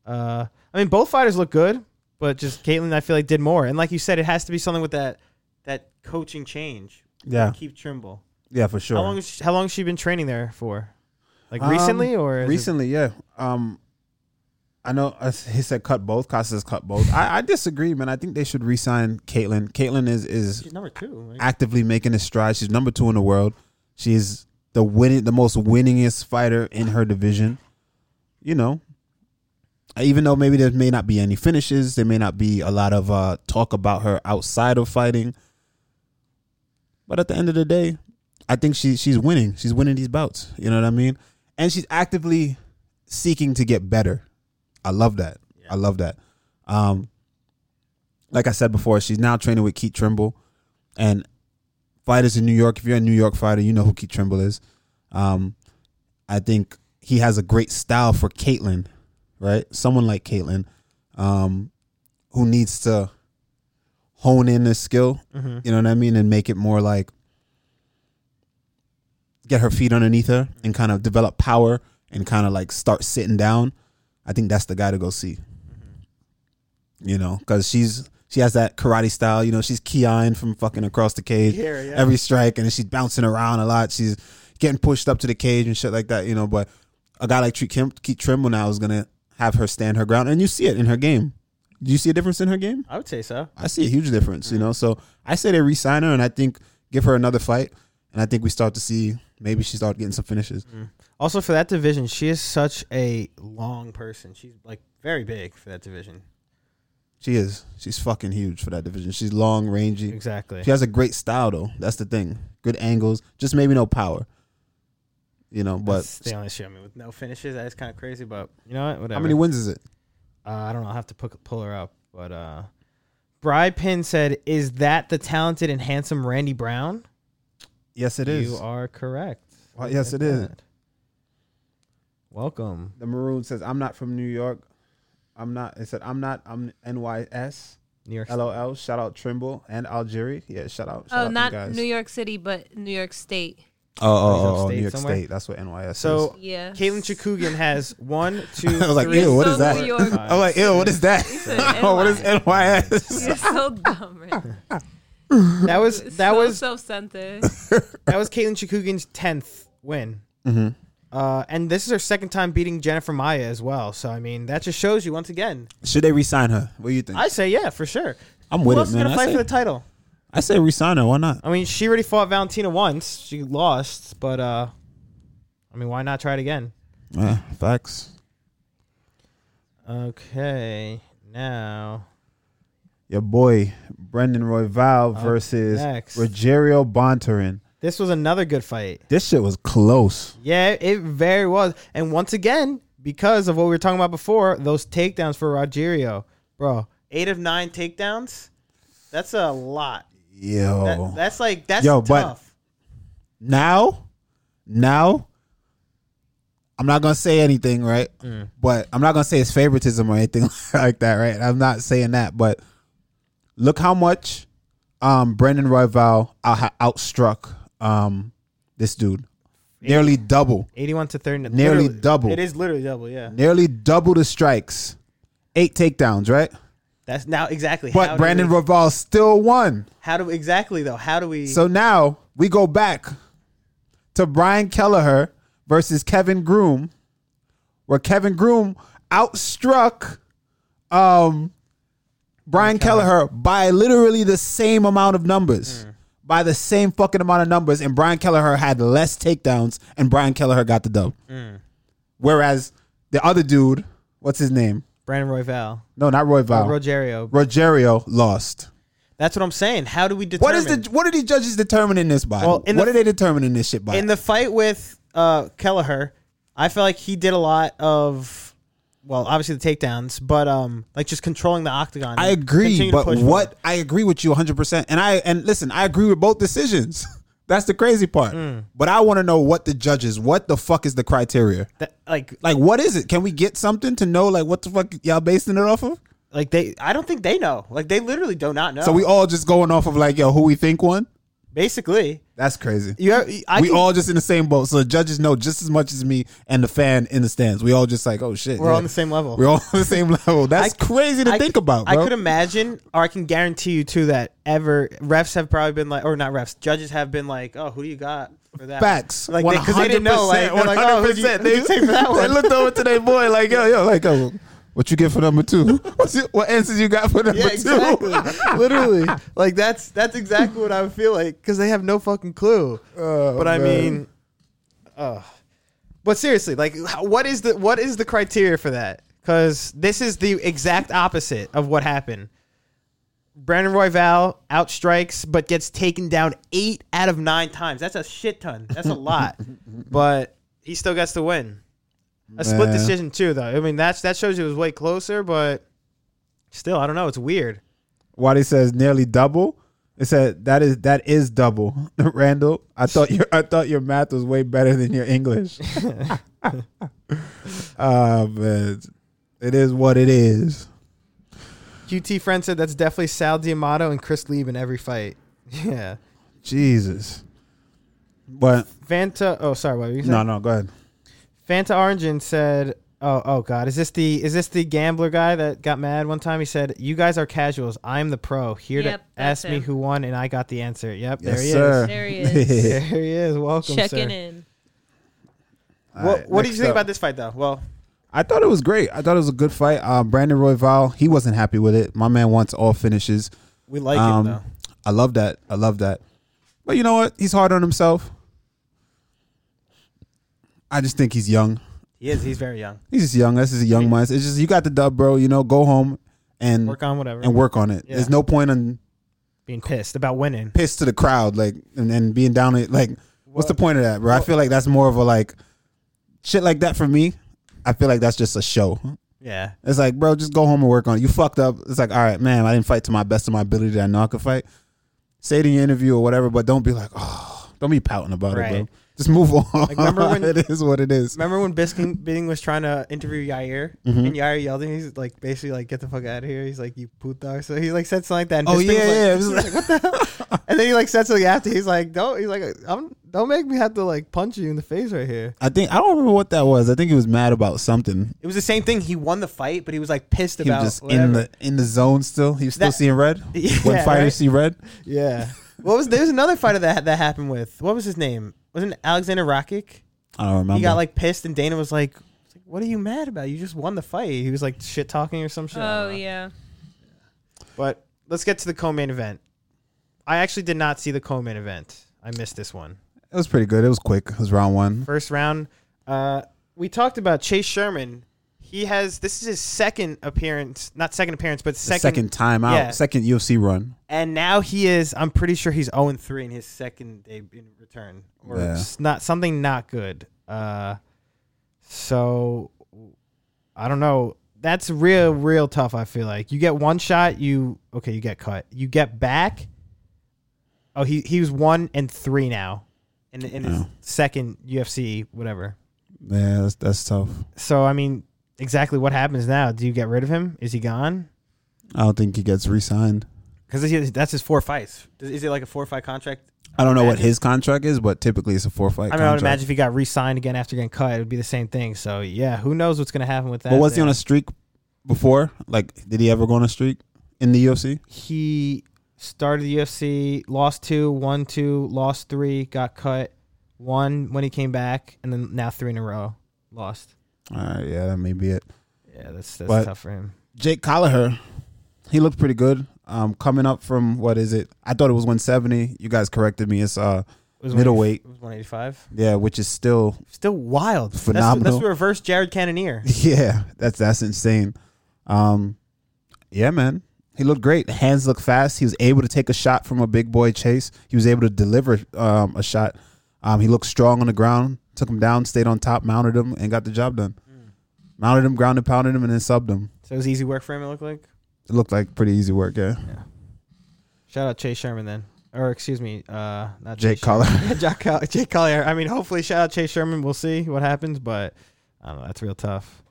Uh, I mean, both fighters look good, but just Caitlyn, I feel like did more. And like you said, it has to be something with that that coaching change.
Yeah,
Keep Trimble.
yeah, for sure.
How long? Has she, how long has she been training there for? Like
Um,
recently or is it-
recently, yeah. Um, I know uh, he said cut both. Costas cut both. I, I disagree, man. I think they should re-sign Caitlyn. Caitlyn is is
she's number two. Like,
actively making a stride. She's number two in the world. She's the winning, the most winningest fighter in her division. You know, even though maybe there may not be any finishes, there may not be a lot of uh, talk about her outside of fighting. But at the end of the day, I think she she's winning. She's winning these bouts. You know what I mean? And she's actively seeking to get better. I love that. I love that. Um, like I said before, she's now training with Keith Trimble, and fighters in New York. If you're a New York fighter, you know who Keith Trimble is. Um, I think he has a great style for Caitlyn, right? Someone like Caitlyn, um, who needs to hone in his skill. You know what I mean, and make it more like get her feet underneath her and kind of develop power and kind of like start sitting down. I think that's the guy to go see. You know, because she's she has that karate style. You know, she's Kian from fucking across the cage
Yeah, yeah.
every strike, and she's bouncing around a lot. She's getting pushed up to the cage and shit like that. You know, but a guy like Tre- Kim, Keith Trimble now is gonna have her stand her ground, and you see it in her game. Do you see a difference in her game?
I would say so.
I see a huge difference, you know. So I say they re-sign her, and I think give her another fight, and I think we start to see maybe she start getting some finishes.
Also for that division, she is such a long person. She's like very big for that division.
She is, she's fucking huge for that division. She's long, rangy.
Exactly.
She has a great style though. That's the thing. Good angles, just maybe no power. You know, but
That's the only shit. I mean, with no finishes, that is kind of crazy. But you know what? Whatever.
how many wins is it?
Uh, I don't know. I'll have to pull, pull her up. But uh, Bri Pin said, "Is that the talented and handsome Randy Brown?"
Yes, it is.
You are correct.
Well, yes,
Look
it
at
is.
that. Welcome.
The maroon says, "I'm not from New York. I'm not." It said, "I'm not. I'm NYS."
New York
LOL. Shout out Trimble and Algeria. Yeah, shout out. Shout
oh,
out
not
you guys.
New York City, but New York State.
Oh, oh, oh, oh,
upstate
New York
somewhere?
State. That's what NYS is.
So
Yeah.
Caitlin Chakugian has one, two,
I was like,
three,
ew, what is
so
that?
New York.
I'm like, ew, what is that? oh, what is NYS?
You're so dumb. Right?
That was that
so
was
self-centered.
that was Caitlin Chakugian's tenth win.
Mm-hmm.
Uh, and this is her second time beating Jennifer Maya as well. So I mean, that just shows you once again.
Should they resign her? What do you think?
I say yeah for sure.
I'm
Who
with
else
it,
is
man.
gonna
I
fight
say,
for the Oh. title?
I say resign her. Why not?
I mean, she already fought Valentina once. She lost, but uh, I mean, why not try it again?
Yeah, facts.
Okay, now
Your boy Brendan
Oh,
Royval versus
next.
Rogerio Bontarin.
this was another good fight.
This shit was close.
Yeah, it very was. And once again, because of what we were talking about before, those takedowns for Rogerio, bro, eight of nine takedowns. That's a lot.
Yo.
That, that's like that's
Oh. Yo, but-
tough.
now, now, I'm not gonna say anything, right? But I'm not gonna say it's favoritism or anything like that, right? I'm not saying that, but look how much um Brendan Royval out- outstruck um this dude, nearly double,
Eighty-one to thirty,
Nearly
literally-
double.
It is literally double. Yeah,
nearly double the strikes, eight takedowns, right?
that's now exactly.
But
how
Brandon
do we,
Royval still won.
how do exactly though? How do we?
So now we go back to Brian Kelleher versus Kevin Groom, where Kevin Groom outstruck um, Brian Kelleher by literally the same amount of numbers. By the same fucking amount of numbers, and Brian Kelleher had less takedowns, and Brian Kelleher got the dub. Whereas the other dude, what's his name?
Brandon Royval,
No, not Roy Val.
Rogerio.
Rogerio lost.
That's what I'm saying. How do we
What
determine?
is the what are these judges determining this by?
Well, in
what
the-
are they determining this shit by?
in the fight with uh, Kelleher? I felt like he did a lot of, well, obviously the takedowns, but um, like just controlling the octagon.
I
and
agree,
continue to
but
push
what
forward.
I agree with you 100. percent And I and listen, I agree with both decisions. That's the crazy part.
Hmm.
But I want to know what the judges. What the fuck is the criteria?
That- like,
Like, what is it? Can we get something to know? Like, what the fuck y'all basing it off of?
like they, I don't think they know. Like they literally do not know.
So we all just going off of like, yo, who we think won?
basically,
That's crazy.
you, have, I
we
can-
all just in the same boat. So the judges know just as much as me and the fan in the stands. We all just like, oh shit,
we're
yeah.
on the same level.
We're all on the same level. That's
I-
crazy to
I-
think about.
I
bro.
could imagine, or I can guarantee you too that ever refs have probably been like, or not refs, judges have been like, oh, who do you got for that?
Facts.
Like, because they, didn't know, like, they're like, oh, who do you, who do you take for that
They
one?
looked over to their boy, like, yo, yo, like, yo, what you get for number two? What's your, what answers you got for number
Yeah,
two?
exactly. Literally, like that's that's exactly what I would feel like because they have no fucking clue.
Oh,
but I
man.
mean, uh, but seriously, like, h- what is the what is the criteria for that? Because this is the exact opposite of what happened. Brandon Royval outstrikes but gets taken down eight out of nine times. That's a shit ton. That's a lot. but he still gets the win. A split
Yeah.
decision too, though. I mean, that's that shows it was way closer, but still, I don't know. It's weird.
Wadi says nearly double. It said that is that is double. Randall, I thought your I thought your math was way better than your English. uh, but it is what it is.
QT friend said that's definitely Sal Diamato and Chris Lieb in every fight. Yeah,
Jesus. But
Fanta. Oh, sorry, what were you saying?
no, no, go ahead.
Fanta Orangin said, "Oh, oh God, is this the is this the gambler guy that got mad one time? He said, "You guys are casuals. I'm the pro. Here
Yep,
to
that's
ask me
him.
who won, and I got the answer. Yep,
Yes,
there he
sir.
There he is.
is. There he is. Welcome, sir.
Checking in.
All
What,
right,
what do you
next
think
up.
about this fight, though? Well,
I thought it was great. I thought it was a good fight. Um, Brandon Royval, he wasn't happy with it. My man wants all finishes.
we like
Um,
him though.
I love that. I love that. But you know what? He's hard on himself. I just think he's young.
He is. He's very young.
He's just young. This is a young mindset. It's just you got the dub, bro. You know, go home and
Work on whatever.
and work on it.
Yeah.
There's no point in
Being pissed about winning.
piss to the crowd, like and, and being down. It like, what's the point of that, bro? I feel like that's more of a like shit like that for me. I feel like that's just a show.
Yeah.
It's like, bro, just go home and work on it. You fucked up. It's like, all right, man, I didn't fight to my best of my ability that I know I could fight. Say it in your interview or whatever, but don't be like, oh, don't be pouting about it, bro.
Right.
Just move on.
remember when-
it is what it is.
Remember when Biskin Bidding was trying to interview Yair
Mm-hmm.
and Yair yelled at him? He's like, basically, like, get the fuck out of here. He's like, you puta. or So he like said something like that. And
Oh
Bisping was
yeah, yeah.
like-
It was like-
And then he like said something after. He's like, "Don't." He's like, "I'm. Don't make me have to like punch you in the face right here."
I think I don't remember what that was. I think he was mad about something.
It was the same thing. He won the fight, but he was like pissed
He was
about
just
whatever.
in the in the zone still. He was still
That-
seeing red.
Yeah,
when fighters
right?
see red.
yeah. What was there was another fighter that that happened with? What was his name? Wasn't it Alexander Rakic?
I don't remember.
He got like pissed, and Dana was like, "What are you mad about? You just won the fight." He was like shit talking or some shit. I
Oh
don't know.
yeah.
But let's get to the co-main event. I actually did not see the co-main event. I missed this one.
it was pretty good. It was quick. It was round one.
first round. Uh, we talked about Chase Sherman. He has this is his second appearance, not second appearance, but
The
second.
Second, time out.
yeah.
Second UFC run.
And now he is. I'm pretty sure he's 0 3 in his second day in return, or
Yeah.
s- not something not good. Uh, so I don't know. That's real, real tough. I feel like you get one shot, you okay, you get cut. You get back. Oh, he he was one and three now, in in his
Yeah.
second UFC whatever.
Yeah, that's, that's tough.
So I mean, exactly what happens now? Do you get rid of him? Is he gone?
I don't think he gets re-signed.
Because that's his four fights. Does- Is it like a four fight contract?
I don't know what
Imagine-
his contract is, but typically it's a four fight.
I mean, I would
contract.
imagine if he got re-signed again after getting cut, it would be the same thing. So yeah, who knows what's gonna happen with that?
But was he
there.
on a streak before? Like, did he ever go on a streak in the UFC?
He started the UFC, lost two, won two, lost three, got cut, won when he came back, and then now three in a row, lost.
All right, Uh, yeah, that may be it.
Yeah, that's that's
But-
tough for him.
Jake Colliher, he looked pretty good. Um, coming up from what is it? I thought it was 170. You guys corrected me. It's uh,
It was
Middleweight.
180 It was one eighty five.
yeah, which is still
Still wild. That's- That's,
Phenomenal.
reverse Jared Cannonier.
Yeah, that's that's insane. Um, yeah, man, he looked great. Hands look fast. He was able to take a shot from a big boy chase. He was able to deliver um, a shot. Um, he looked strong on the ground. Took him down, stayed on top, mounted him, and got the job done. Mounted him, grounded, pounded him, and then subbed him.
So it was easy work for him. It looked like.
It looked like pretty easy work. Yeah,
Shout out Chase Sherman then, or excuse me, uh, not
Jake
Chase Sherman.
Collar.
Yeah, Jack Coll- Jake Collier. I mean, hopefully, shout out Chase Sherman. We'll see what happens, but I don't know. That's real tough.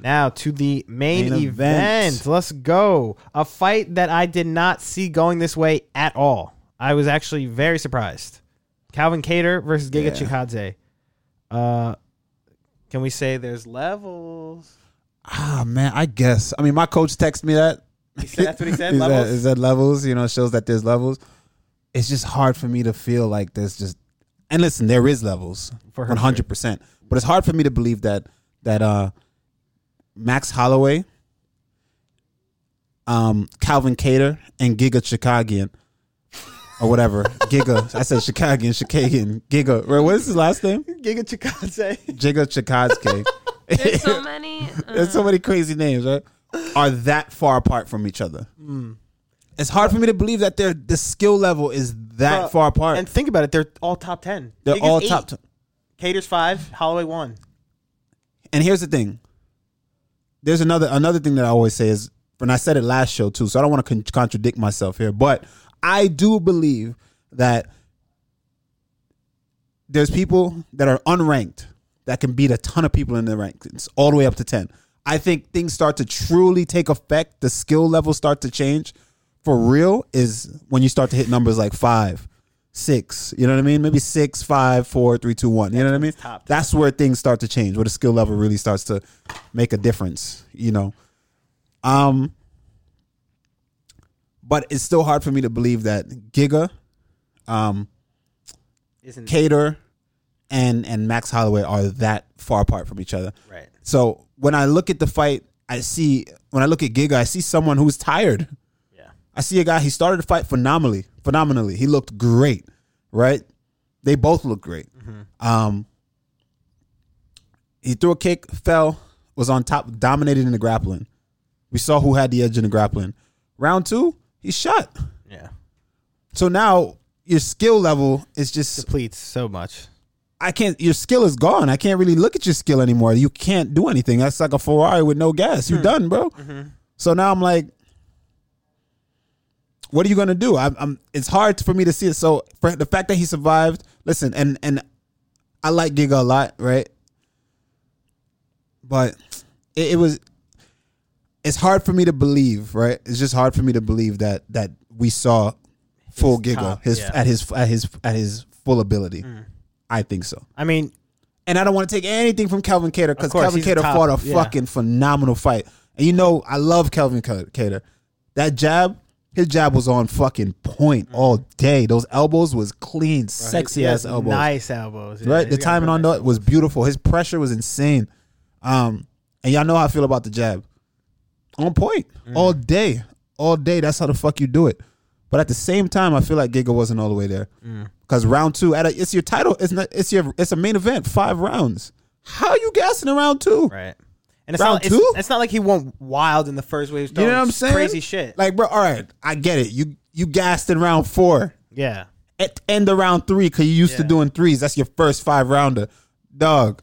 Now to the main,
Main
event.
event.
Let's go. A fight that I did not see going this way at all. I was actually very surprised. Calvin Cater versus Giga
Yeah.
Chikadze. Uh, can we say there's levels?
Ah, man, I guess. I mean, my coach texted me that.
He said, that's what he said.
Is that-
levels.
is that levels? You know, it shows that there's levels. It's just hard for me to feel like there's just. And listen, there is levels,
For her,
one hundred percent. But it's hard for me to believe that that uh, Max Holloway, um, Calvin Cater, and Giga Chicagian, or whatever Giga. I said Chicagian, Chicagian, Giga. Wait, What is his last name?
Giga Chikadze.
Giga Chikadze.
There's so many. Uh,
Hmm.
There's so many crazy names, right? Are that far apart from each other? It's hard for me to believe that their the skill level is that
Bro,
far apart.
And think about it, they're all top ten.
They're
Higgins
all
eight,
top. T-
Cater's five, Holloway one.
and here's the thing. There's another another thing that I always say is, and I said it last show too, so I don't want to con- contradict myself here, but I do believe that there's people that are unranked that can beat a ton of people in the rankings all the way up to 10. I think things start to truly take effect, the skill levels start to change for real is when you start to hit numbers like five, six, you know what I mean? Maybe six, five, four, three, two, one. You know what I mean?
top.
That's where things start to change, where the skill level really starts to make a difference, you know. Um but it's still hard for me to believe that Giga, um,
Isn't
Cater and and Max Holloway are that far apart from each other.
right.
So when I look at the fight, I see when I look at Giga, I see someone who's tired.
Yeah.
I see a guy. He started the fight phenomenally. Phenomenally, he looked great. Right? They both looked great. Um, he threw a kick, fell, was on top, dominated in the grappling. We saw who had the edge in the grappling. Round two, he shot.
Yeah.
So now your skill level is just
Depletes so much.
I can't. Your skill is gone. I can't really look at your skill anymore. You can't do anything. That's like a Ferrari with no gas.
Hmm.
You're done, bro.
Mm-hmm.
So now I'm like, what are you gonna do? I'm, I'm. It's hard for me to see it. So for the fact that he survived, listen, and and I like Giga a lot, right? But it, it was. It's hard for me to believe, right? It's just hard for me to believe that that we saw full
His
Giga
top,
his
yeah. Hmm.
at his at his at his full ability. I think so.
I mean,
And I don't want to take anything from Kelvin Cater because
Of course,
Kelvin
he's the
Cater
top,
fought a
yeah.
fucking phenomenal fight. And you know, I love Kelvin Cater. That jab, his jab was on fucking point all day. Those elbows was clean, sexy
Mm. he
ass
has
elbows.
Nice elbows. yeah.
right?
He's
The
got
timing
real
on
nice-
that was beautiful. His pressure was insane. Um, and y'all know how I feel about the jab. On point
Mm.
all day, all day. That's how the fuck you do it. But at the same time, I feel like Giga wasn't all the way there
Mm.
because round two at a, it's your title. It's not. It's your. It's a main event. Five rounds. How you gassing in round two?
Right. And it's
Round
not, it's,
two?
it's not like he went wild in the first wave.
You know what I'm saying?
Crazy shit.
Like, bro. All right, I get it. You you gassed in round four.
yeah.
at the end of round three because you used to
Yeah.
doing threes. That's your first five rounder, dog.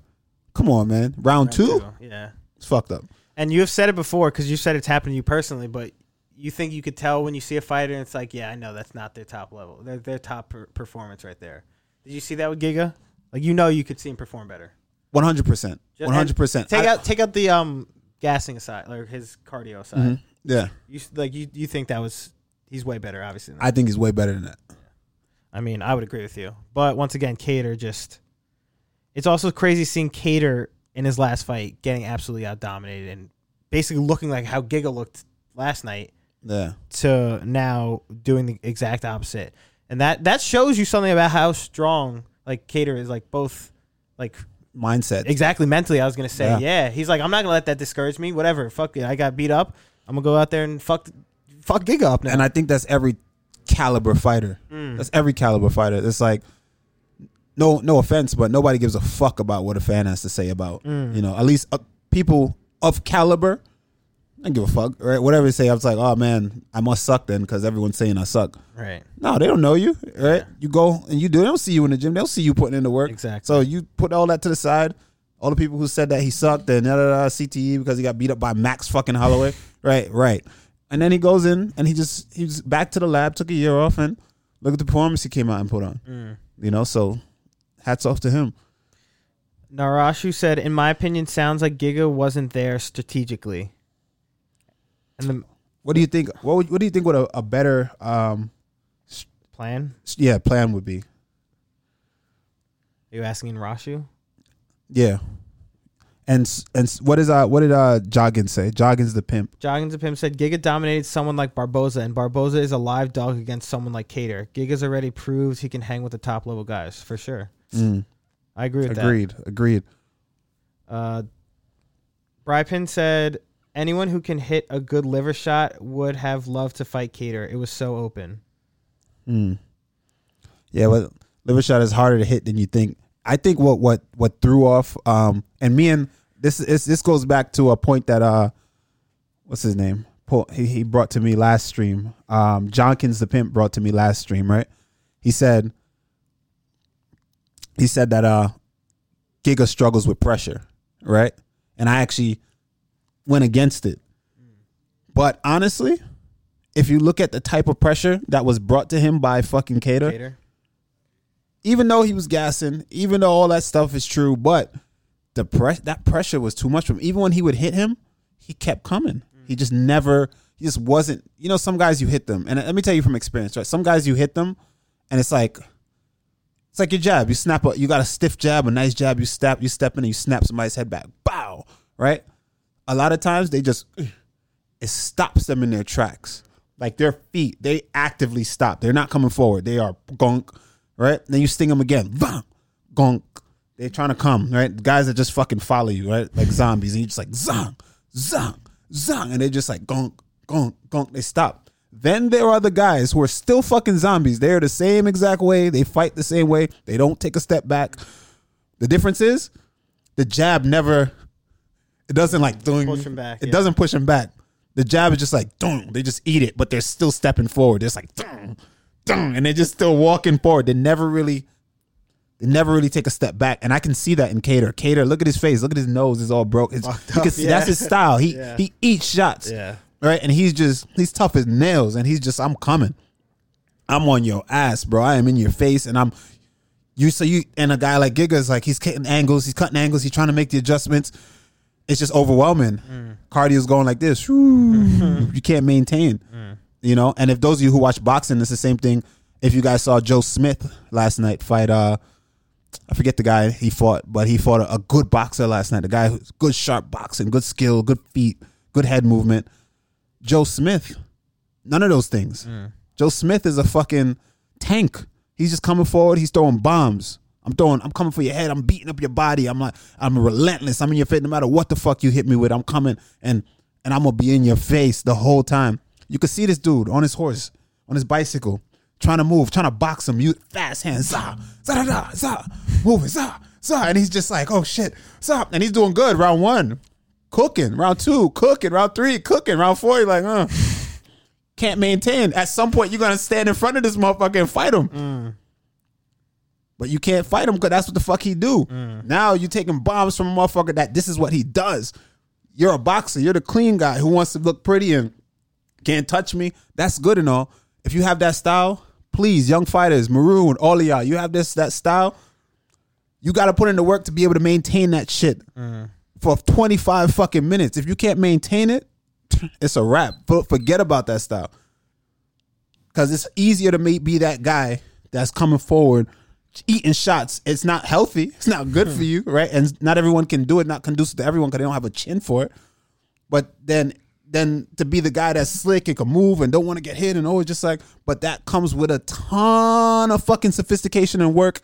Come on, man. Round, two,
Yeah.
it's fucked up.
And you have said it before because you said it's happened to you personally, but you think you could tell when you see a fighter and it's like, yeah, I know that's not their top level. Their, their top per- performance right there. Did you see that with Giga? Like, you know, you could see him perform better.
One hundred percent.
Ju-
One hundred
and
percent.
Take out, take out the um gassing aside, like his cardio aside.
Yeah,
You s- like you, you think that was he's way better, obviously. than that.
I think he's way better than that.
I mean, I would agree with you. But once again, Cater just it's also crazy seeing Cater in his last fight getting absolutely out dominated and basically looking like how Giga looked last night
Yeah,
to now doing the exact opposite. And that that shows you something about how strong like Cater is like both like
mindset.
exactly mentally I was gonna say,
Yeah.
yeah. He's like, I'm not gonna let that discourage me, whatever. Fuck it. I got beat up. I'm gonna go out there and fuck fuck Giga up now. Mm.
And I think that's every caliber fighter. That's every caliber fighter. It's like no no offense, but nobody gives a fuck about what a fan has to say about
Mm.
you know at least uh, people of caliber. I don't give a fuck, right? Whatever they say, I was like, oh man, I must suck then because everyone's saying I suck.
right.
No, they don't know you, right? You go and you do. They don't see you in the gym. They don't see you putting in the work.
Exactly.
So you put all that to the side. All the people who said that he sucked and da, da, da, CTE because he got beat up by Max fucking Holloway. right, right. And then he goes in and he just he's back to the lab, took a year off, and look at the performance he came out and put on. You know, so hats off to him.
Narashu said, "In my opinion, sounds like Giga wasn't there strategically." And the
What do you think? What would, what do you think? What a, a better um
plan?
s- yeah plan would be?
Are you asking Narashu?
Yeah. And s- and s- what is uh what did uh Joggins say? Joggins the pimp.
Joggins of him said, "Giga dominated someone like Barboza, and Barboza is a live dog against someone like Cater. Giga's already proved he can hang with the top level guys for sure."
Mm.
I agree with
Agreed. Agreed.
that. Uh, Brypin said, "Anyone who can hit a good liver shot would have loved to fight Cater. It was so open."
Mm. Yeah, but liver shot is harder to hit than you think. I think what what what threw off um and me and this is this goes back to a point that uh what's his name pull, he, he brought to me last stream. Um, Johnkins the pimp brought to me last stream, right? He said he said that uh Giga struggles with pressure, right? And I actually went against it. But honestly, if you look at the type of pressure that was brought to him by fucking Cater,
Cater.
even though he was gassing, even though all that stuff is true, but the press that pressure was too much for him. Even when he would hit him, he kept coming. He just never he just wasn't you know, some guys you hit them, and let me tell you from experience, right? Some guys you hit them and it's like it's like your jab. You snap a you got a stiff jab, a nice jab, you snap, you step in and you snap somebody's head back. Bow. Right? A lot of times they just it stops them in their tracks. Like their feet, they actively stop. They're not coming forward. They are gonk, right? Then you sting them again. Vang, gonk. They're trying to come, right? Guys that just fucking follow you, right? Like zombies. And you're just like zong, zong, zong. And they're just like gonk, gonk, gonk. They stop. Then there are the guys who are still fucking zombies. They are the same exact way. They fight the same way. They don't take a step back. The difference is the jab never, it doesn't like doing,
Push 'em back,
It
yeah.
doesn't push him back. The jab is just like, dung. They just eat it, but they're still stepping forward. It's like, dung, dung. And they're just still walking forward. They never really, they never really take a step back. And I can see that in Cater. Cater, look at his face. Look at his nose. It's all broke. It's,
Fucked
you
up,
can see-
yeah.
That's his style. He,
Yeah.
he eats shots
Yeah.
right? And he's just he's tough as nails, and he's just I'm coming, I'm on your ass, bro. I am in your face, and I'm you. So you and a guy like Giga's like he's cutting angles, he's cutting angles, he's trying to make the adjustments. It's just overwhelming. Cardio's going like this. you can't maintain, you know. And if those of you who watch boxing, it's the same thing. If you guys saw Joe Smith last night fight, uh, I forget the guy he fought, but he fought a, a good boxer last night. The guy who's good, sharp boxing, good skill, good feet, good head movement. Joe Smith, none of those things. Joe Smith is a fucking tank. He's just coming forward. He's throwing bombs. I'm throwing. I'm coming for your head. I'm beating up your body. I'm like, I'm relentless. I'm in your face. No matter what the fuck you hit me with, I'm coming and and I'm gonna be in your face the whole time. You could see this dude on his horse, on his bicycle, trying to move, trying to box him. You fast hands, za, za da da, za, moving, za, za, and he's just like, oh shit, za, and he's doing good round one cooking. Round two, cooking. Round three, cooking. Round four, you're like, uh, can't maintain. At some point, you're gonna stand in front of this motherfucker and fight him. But you can't fight him because that's what the fuck he do. Now you taking bombs from a motherfucker that this is what he does. You're a boxer. You're the clean guy who wants to look pretty and can't touch me. That's good and all. If you have that style, please, young fighters, Maroon, all of y'all, you have this that style. You got to put in the work to be able to maintain that shit for 25 fucking minutes. If you can't maintain it, it's a wrap. For- Forget about that style. Because it's easier to ma- be that guy that's coming forward, eating shots. It's not healthy. It's not good for you, right? And not everyone can do it, not conducive to everyone because they don't have a chin for it. But then then to be the guy that's slick and can move and don't want to get hit and always just like, but that comes with a ton of fucking sophistication and work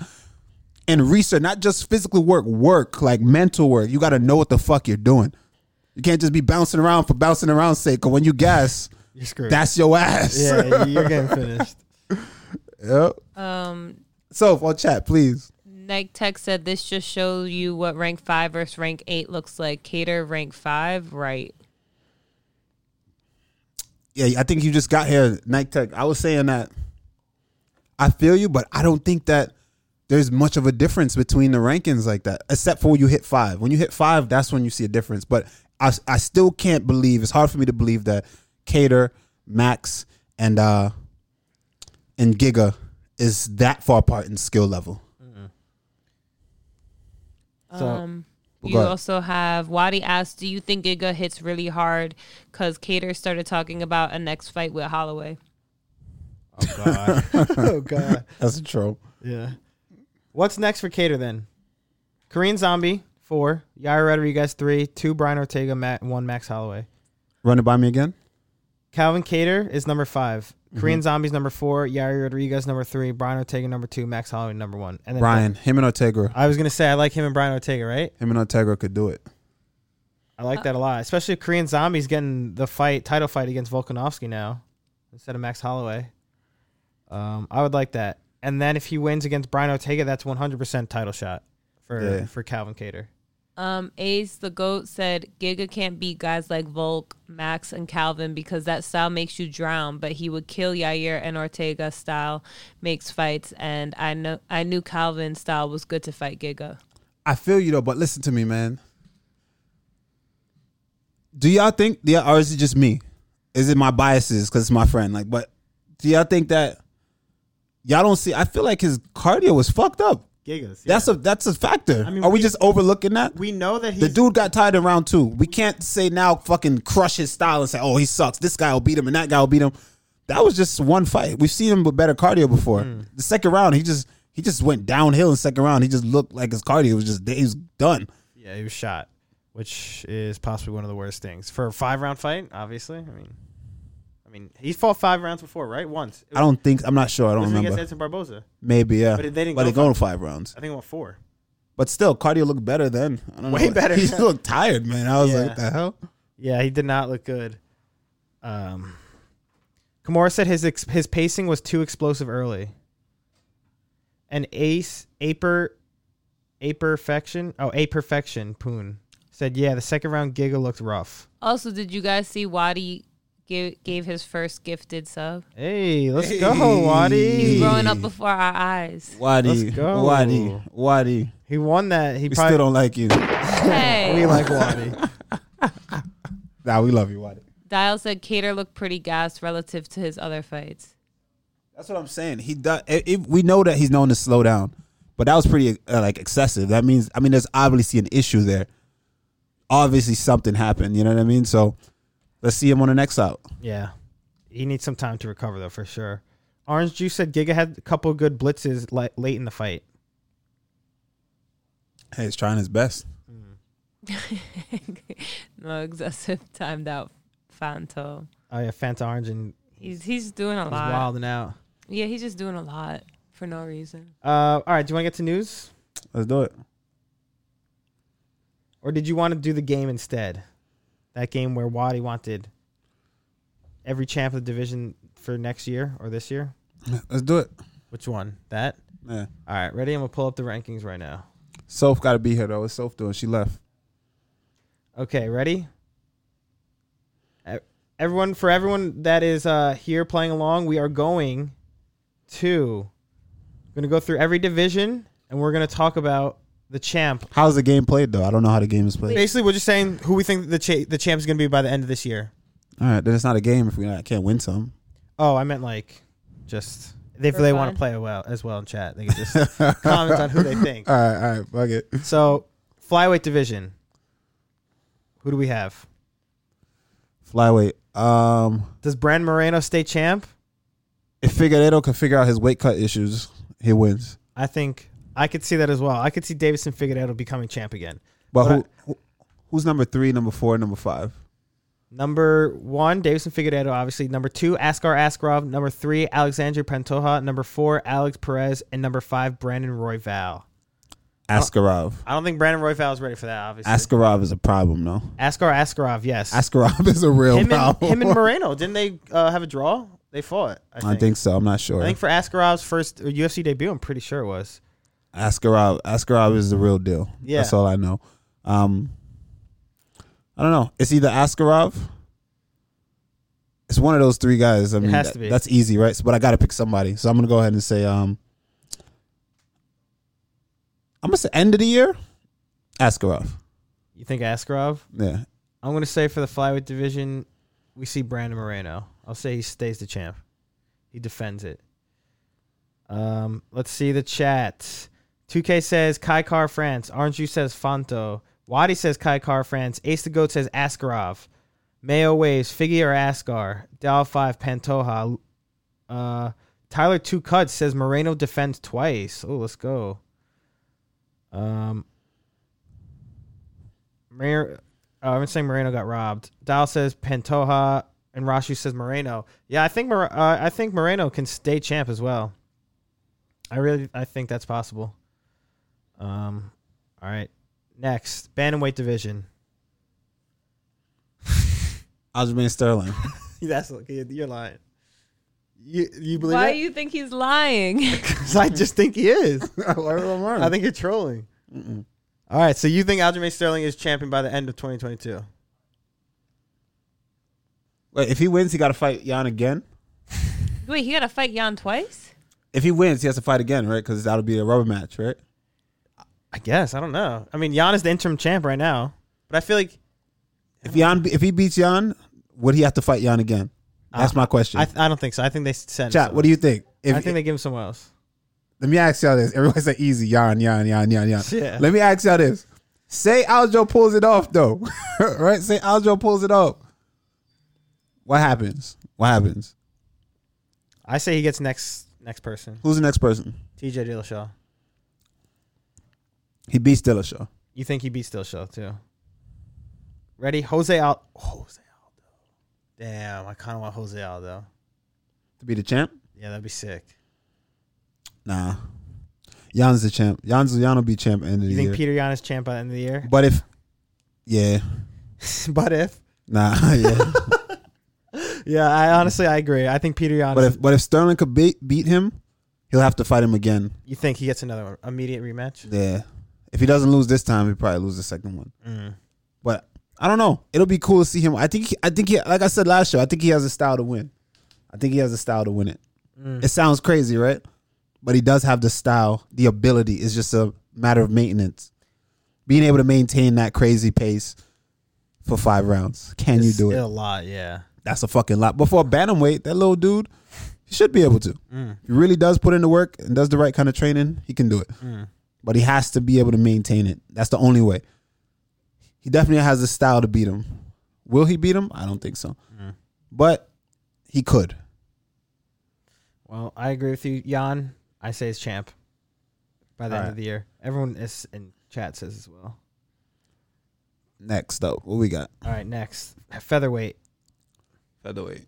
and research, not just physical work, work, like mental work. You gotta know what the fuck you're doing. You can't just be bouncing around for bouncing around sake. Cause when you gas,
You're screwed.
that's your ass.
yeah, you're getting finished.
Yep.
Um,
So for chat, please.
Nike Tech said this just shows you what rank five versus rank eight looks like. Cater rank five, right?
Yeah, I think you just got here, Nike Tech. I was saying that I feel you, but I don't think that there's much of a difference between the rankings like that, except for when you hit five. When you hit five, that's when you see a difference. But I, I still can't believe. It's hard for me to believe that Cater, Max, and uh, and Giga is that far apart in skill level.
So-
um,
Well,
you
go ahead.
also have Wadi asked, "Do you think Giga hits really hard?" Because Cater started talking about a next fight with Holloway.
Oh god. oh god.
That's a trope.
Yeah. What's next for Cater then? Korean Zombie four, Yair Rodriguez three, two Brian Ortega, Matt, one Max Holloway.
Run it by me again.
Calvin Cater is number five. Korean Zombie's number four, Yair Rodriguez number three, Brian Ortega number two, Max Holloway number one. And then
Brian, him and Ortega,
I was gonna say I like him and Brian Ortega, right?
him and Ortega could do it.
I like that a lot, especially if Korean Zombie's getting the fight title fight against Volkanovski now instead of Max Holloway. Um, I would like that. And then if he wins against Brian Ortega, that's 100% title shot for
Yeah.
for Calvin Cater.
Um, Ace the Goat said Giga can't beat guys like Volk, Max, and Calvin because that style makes you drown, but he would kill Yair and Ortega style makes fights, and I know I knew Calvin's style was good to fight Giga.
I feel you though, but listen to me, man. Do y'all think? Yeah, or is it just me? Is it my biases because it's my friend? Like, but do y'all think that y'all don't see? I feel like his cardio was fucked up.
Gigas.
That's a that's a factor.
I mean,
Are we,
we-
just overlooking that?
we know that he's
the dude got tired in round two. We can't say now fucking crush his style and say, oh, he sucks. This guy will beat him and that guy will beat him. That was just one fight. We've seen him with better cardio before.
Hmm.
The second round, he just he just went downhill in the second round. He just looked like his cardio was just he was done.
Yeah, he was shot, which is possibly one of the worst things for a five round fight. Obviously, I mean, I mean, he's fought five rounds before, right? Once. It
I don't think I'm not sure. I
was
don't
against
remember.
Edson Barboza.
Maybe yeah.
But they didn't
But
go
they go five rounds.
I think it went four.
But still, cardio looked better then. I don't
Way
know.
better.
He just looked tired, man. I was
Yeah.
like, what the hell?
Yeah, he did not look good. Um, Kimura said his ex- his pacing was too explosive early. And Ace Aper, Aperfection, oh Aperfection Poon said, yeah, the second round Giga looked rough.
Also, did you guys see Wadi gave, gave his first gifted sub?
Hey, let's go, Wadi.
Hey.
He's growing up before our eyes.
Wadi,
Let's go.
Wadi, Wadi.
He won that. He
We
probably
still don't like you.
we
Hey,
like Wadi.
Nah, we love you, Wadi.
Dial said Cater looked pretty gassed relative to his other fights.
That's what I'm saying. He does. It, it- we know that he's known to slow down, but that was pretty uh, like excessive. That means I mean, there's obviously an issue there. Obviously, something happened. You know what I mean? So let's see him on the next out.
Yeah. He needs some time to recover, though, for sure. Orange Juice said Giga had a couple good blitzes li- late in the fight.
Hey, he's trying his best.
no excessive timed out Fanto.
Oh, yeah, Fanta Orange and
He's he's doing a
he's
lot.
wilding out.
Yeah, he's just doing a lot for no reason.
Uh, all right, do you want to get to news?
Let's do it.
Or did you want to do the game instead? That game where Wadi wanted every champ of the division for next year or this year?
Let's do it.
Which one? That?
Yeah.
All right, ready? I'm going to pull up the rankings right now.
Soph got to be here though. What's Soph doing? She left.
Okay, ready? E- Everyone, for everyone that is uh, here playing along, we are going to going to go through every division, and we're going to talk about the champ.
How's the game played though? I don't know how the game is played.
Basically, we're just saying who we think the cha- the champ is going to be by the end of this year.
All right, then it's not a game if we not, can't win some.
Oh, I meant like just if
For
they want
fun.
to play well as well in chat, they can just comment on who they think.
All right, all right, fuck it.
So, flyweight division. Who do we have?
Flyweight. Um,
Does Brand Moreno stay champ?
if Figueredo can figure out his weight cut issues, he wins.
I think I could see that as well. I could see Davidson Figueredo becoming champ again.
But
But
who, who, who's number three, number four, number five?
Number one, Davidson Figueredo, obviously. Number two, Askar Askarov. Number three, Alexandre Pantoja. Number four, Alex Perez. And number five, Brandon Royval. Uh,
Askarov.
I don't think Brandon Royval is ready for that, obviously.
Askarov is a problem, though.
Askar Askarov, yes.
Askarov is a real
him, and,
problem.
him and Moreno, didn't they uh, have a draw? They fought, I
I
think.
think so. I'm not
I
sure.
think for Askarov's first uh, UFC debut, I'm pretty sure it was.
Askarov. Askarov is the real deal.
Yeah.
That's all I know. Um, I don't know. It's either Askarov. It's one of those three guys. I mean,
has
that-
to be.
that's easy, right? But I got to pick somebody, so I'm gonna go ahead and say, um, I'm gonna say end of the year, Askarov.
You think Askarov?
Yeah,
I'm gonna say for the flyweight division, we see Brandon Moreno. I'll say he stays the champ. He defends it. Um, let's see the chat. 2K says Kai Car France. Orange Juice says Fanto. Wadi says Kai Car France. Ace the Goat says Askarov. Mayo Waves, Figgy or Askar. Dal 5, Pantoja. Uh, Tyler Two Cuts says Moreno defends twice. Oh, let's go. Um, Mar- Oh, I'm saying Moreno got robbed. Dial says Pantoja and Rashu says Moreno. Yeah, I think Mor- uh, I think Moreno can stay champ as well. I really I think that's possible. Um, all right. Next, bantamweight division.
Aljamain Sterling.
that's you're lying. You you believe
Why do you think he's lying?
I just think he is.
I
think you're trolling. All right, so you think Aljamain Sterling is champion by the end of 2022?
Wait, if he wins, he got to fight Jan again.
Wait, he got to fight Jan twice?
If he wins, he has to fight again, right? Because that'll be a rubber match, right?
I guess I don't know. I mean, Jan is the interim champ right now, but I feel like
If Jan, if he beats Jan, would he have to fight Jan again? That's
Uh,
my question.
I, I don't think so. I think they send.
Chat, what do you think? If,
I think they give him somewhere else.
let me ask y'all this. Everyone said easy, Jan, Jan, Jan, Jan, Jan.
Yeah.
Let me ask y'all this. Say Aljo pulls it off though, right? Say Aljo pulls it off. What happens? What happens?
I say he gets next next person.
Who's the next person?
T.J. Dillashaw.
He beats Dillashaw.
You think he beats Dillashaw too? Ready, Jose Al. Jose Aldo. Damn, I kind of want Jose Aldo.
to be the champ?
Yeah, that'd be sick.
Nah. Jan's the champ. Jan's Jan will be champ at the end of the
You think
year.
Peter Yan is champ by the end of the year?
but if yeah,
but if,
nah, yeah.
yeah, I honestly I agree. I think Peter Yan.
but if but if Sterling could beat beat him, he'll have to fight him again.
you think he gets another immediate rematch?
Yeah. If he doesn't lose this time, he probably lose the second one.
Mm.
But I don't know. It'll be cool to see him. I think he, I think he like I said last show, I think he has a style to win. I think he has a style to win it. It sounds crazy, right? But he does have the style, the ability. It's just a matter of maintenance. Being able to maintain that crazy pace for five rounds. Can
It's
you do
still
it?
A lot, yeah.
That's a fucking lot. But for a bantamweight, that little dude, he should be able to.
Mm.
If he really does put in the work and does the right kind of training, he can do it.
Mm.
But he has to be able to maintain it. That's the only way. He definitely has the style to beat him. Will he beat him? I don't think so.
Mm.
But he could.
Well, I agree with you, Jan. I say he's champ by the end
Alright.
of the year. Everyone is in chat says as well.
Next up, what we got?
All right, next featherweight.
Featherweight.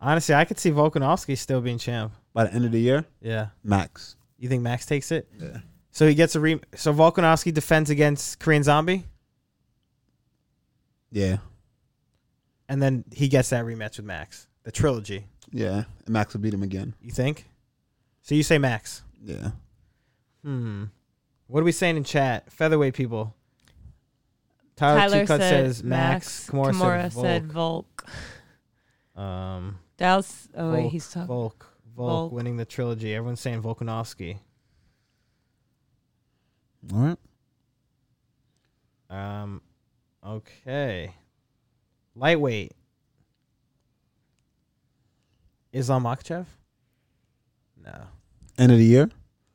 Honestly, I could see Volkanovski still being champ.
By the end of the year,
Yeah,
Max.
you think Max takes it?
Yeah.
So he gets a re. So Volkanovski defends against Korean Zombie,
Yeah.
and then he gets that rematch with Max. The trilogy.
Yeah. And Max will beat him again.
You think? So you say Max?
Yeah.
Hmm. What are we saying in chat? Featherweight people. Tyler,
Tyler
Chikot
said
says Max. Kimura, said, Volk.
Volk.
Um,
Dallas. Oh, wait,
Volk,
he's talking.
Volk, Volk,
Volk.
winning the trilogy. Everyone's saying Volkanovski.
All right.
Um, okay. Lightweight. Islam Makhachev? No.
End of the year?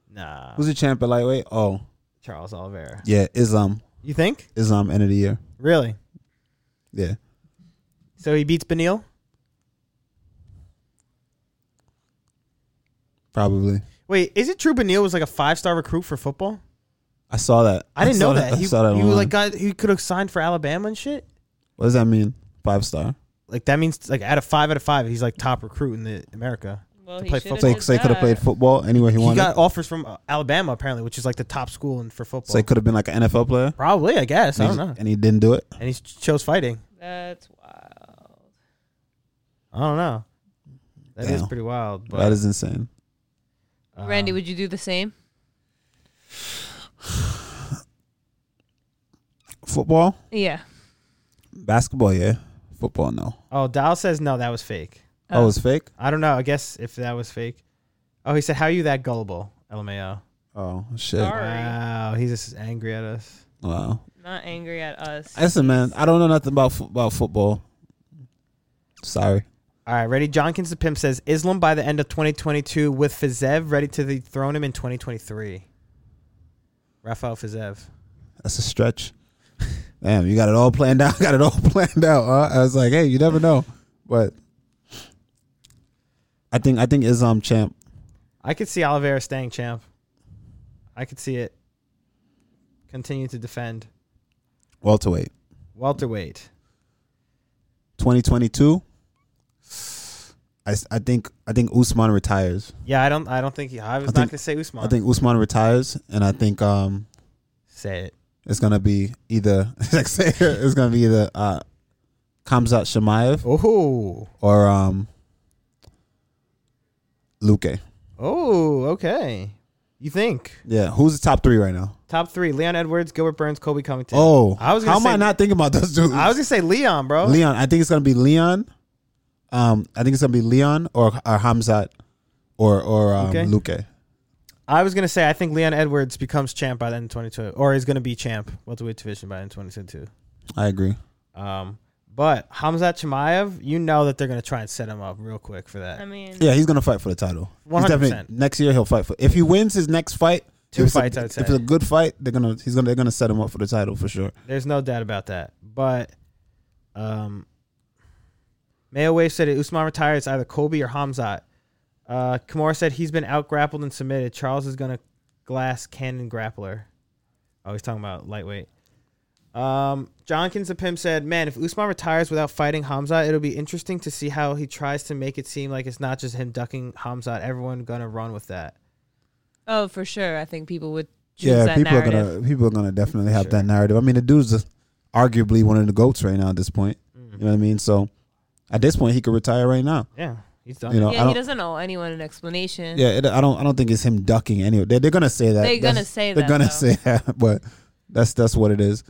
Nah.
Who's the champ at lightweight? Oh,
Charles Oliveira.
yeah. Islam.
You think?
Islam, end of the year.
Really?
Yeah.
So he beats Benil?
Probably.
Wait, is it true Benil was like a five star recruit for football?
I saw that.
I didn't
saw
know that.
I
He,
saw that
he
online.
like got he could have signed for Alabama and shit.
what does that mean? Five star.
Like that means like out of five out of five, he's like top recruit in the America.
Well,
to
he
play
should've
So,
football.
he-
did
so he could have
that.
played football anywhere he,
He
wanted.
got offers from uh, Alabama apparently, which is like the top school in, for football.
so he could have been like an NFL player.
Probably, I guess. I
And
don't
he-
know.
And he didn't do it.
And he chose fighting.
That's wild.
I don't know. That is
Damn.
pretty wild. But,
that is insane.
um,
Randy, would you do the same?
Football,
Yeah.
basketball, yeah. Football, no.
Oh, Dow says no. That was fake.
Oh.
That was fake.
I don't know. I guess if that was fake. Oh, he said, "How are you that gullible?" LMAO.
Oh shit!
Sorry.
Wow, he's just angry at us.
Wow.
Not angry at us.
Listen, man, I don't know nothing about fo- about football. Sorry.
All right, ready. Johnkins the pimp says Islam by the end of 2022 with Fizev ready to dethrone him in 2023. Rafael Fizev.
That's a stretch. Damn, you got it all planned out. Got it all planned out. Huh? I was like, hey, you never know, but I think I think Islam champ.
I could see Oliveira staying champ. I could see it. Continue to defend
Welterweight,
welterweight.
twenty twenty two. I, s- I think I think Usman retires.
Yeah, I don't. I don't think he. I was
I
not
think-
going to say Usman.
I think Usman retires, and I think um
say it.
it's gonna be either like say it's gonna be either uh Kamzat Shemaev
Oh,
or um Luke.
oh, okay. You You think
Yeah, who's the top three right now?
top three: Leon Edwards, Gilbert Burns, Kobe Covington.
Oh,
I was gonna
how am
say-
I not thinking about those dudes?
I was gonna say Leon, bro.
Leon. I think it's gonna be Leon. Um, I think it's gonna be Leon or or Hamzat or or um,
Okay.
Luque.
I was gonna say I think Leon Edwards becomes champ by the end of 2022, or is gonna be champ welterweight division by the end of 2022.
I agree.
Um, but Hamzat Chimaev, you know that they're gonna try and set him up real quick for
I
that.
mean,
Yeah, he's gonna fight for the title. He's
100%.
definitely- next year he'll fight for. If he wins his next fight,
Two
if it's a-
fights, I would say.
If it's a good fight, they're gonna he's gonna they're gonna set him up for the title for sure.
There's no doubt about that. But um, Mayo Wave said if Usman retires, it's either Kobe or Hamzat. Uh, Kimura said he's been out grappled and submitted. Charles is gonna glass cannon grappler. Oh, he's talking about lightweight. Um, Johnkins the pimp said, "Man, if Usman retires without fighting Hamzat, it'll be interesting to see how he tries to make it seem like it's not just him ducking Hamzat. Everyone gonna run with that.
oh, for sure. I think people would choose
yeah,
that
people
narrative.
are gonna people are gonna definitely have
Sure.
that narrative. I mean, the dude's just arguably one of the goats right now at this point.
Mm.
You know what I mean? So at this point, he could retire right now.
Yeah, he's done.
You know, I
yeah,
don't.
he doesn't owe anyone an explanation.
Yeah, it, I don't. I don't think it's him ducking anyway. They're, they're gonna say that.
They're gonna
That's-
say
They're
that,
gonna
though.
say that. But that's that's what it is.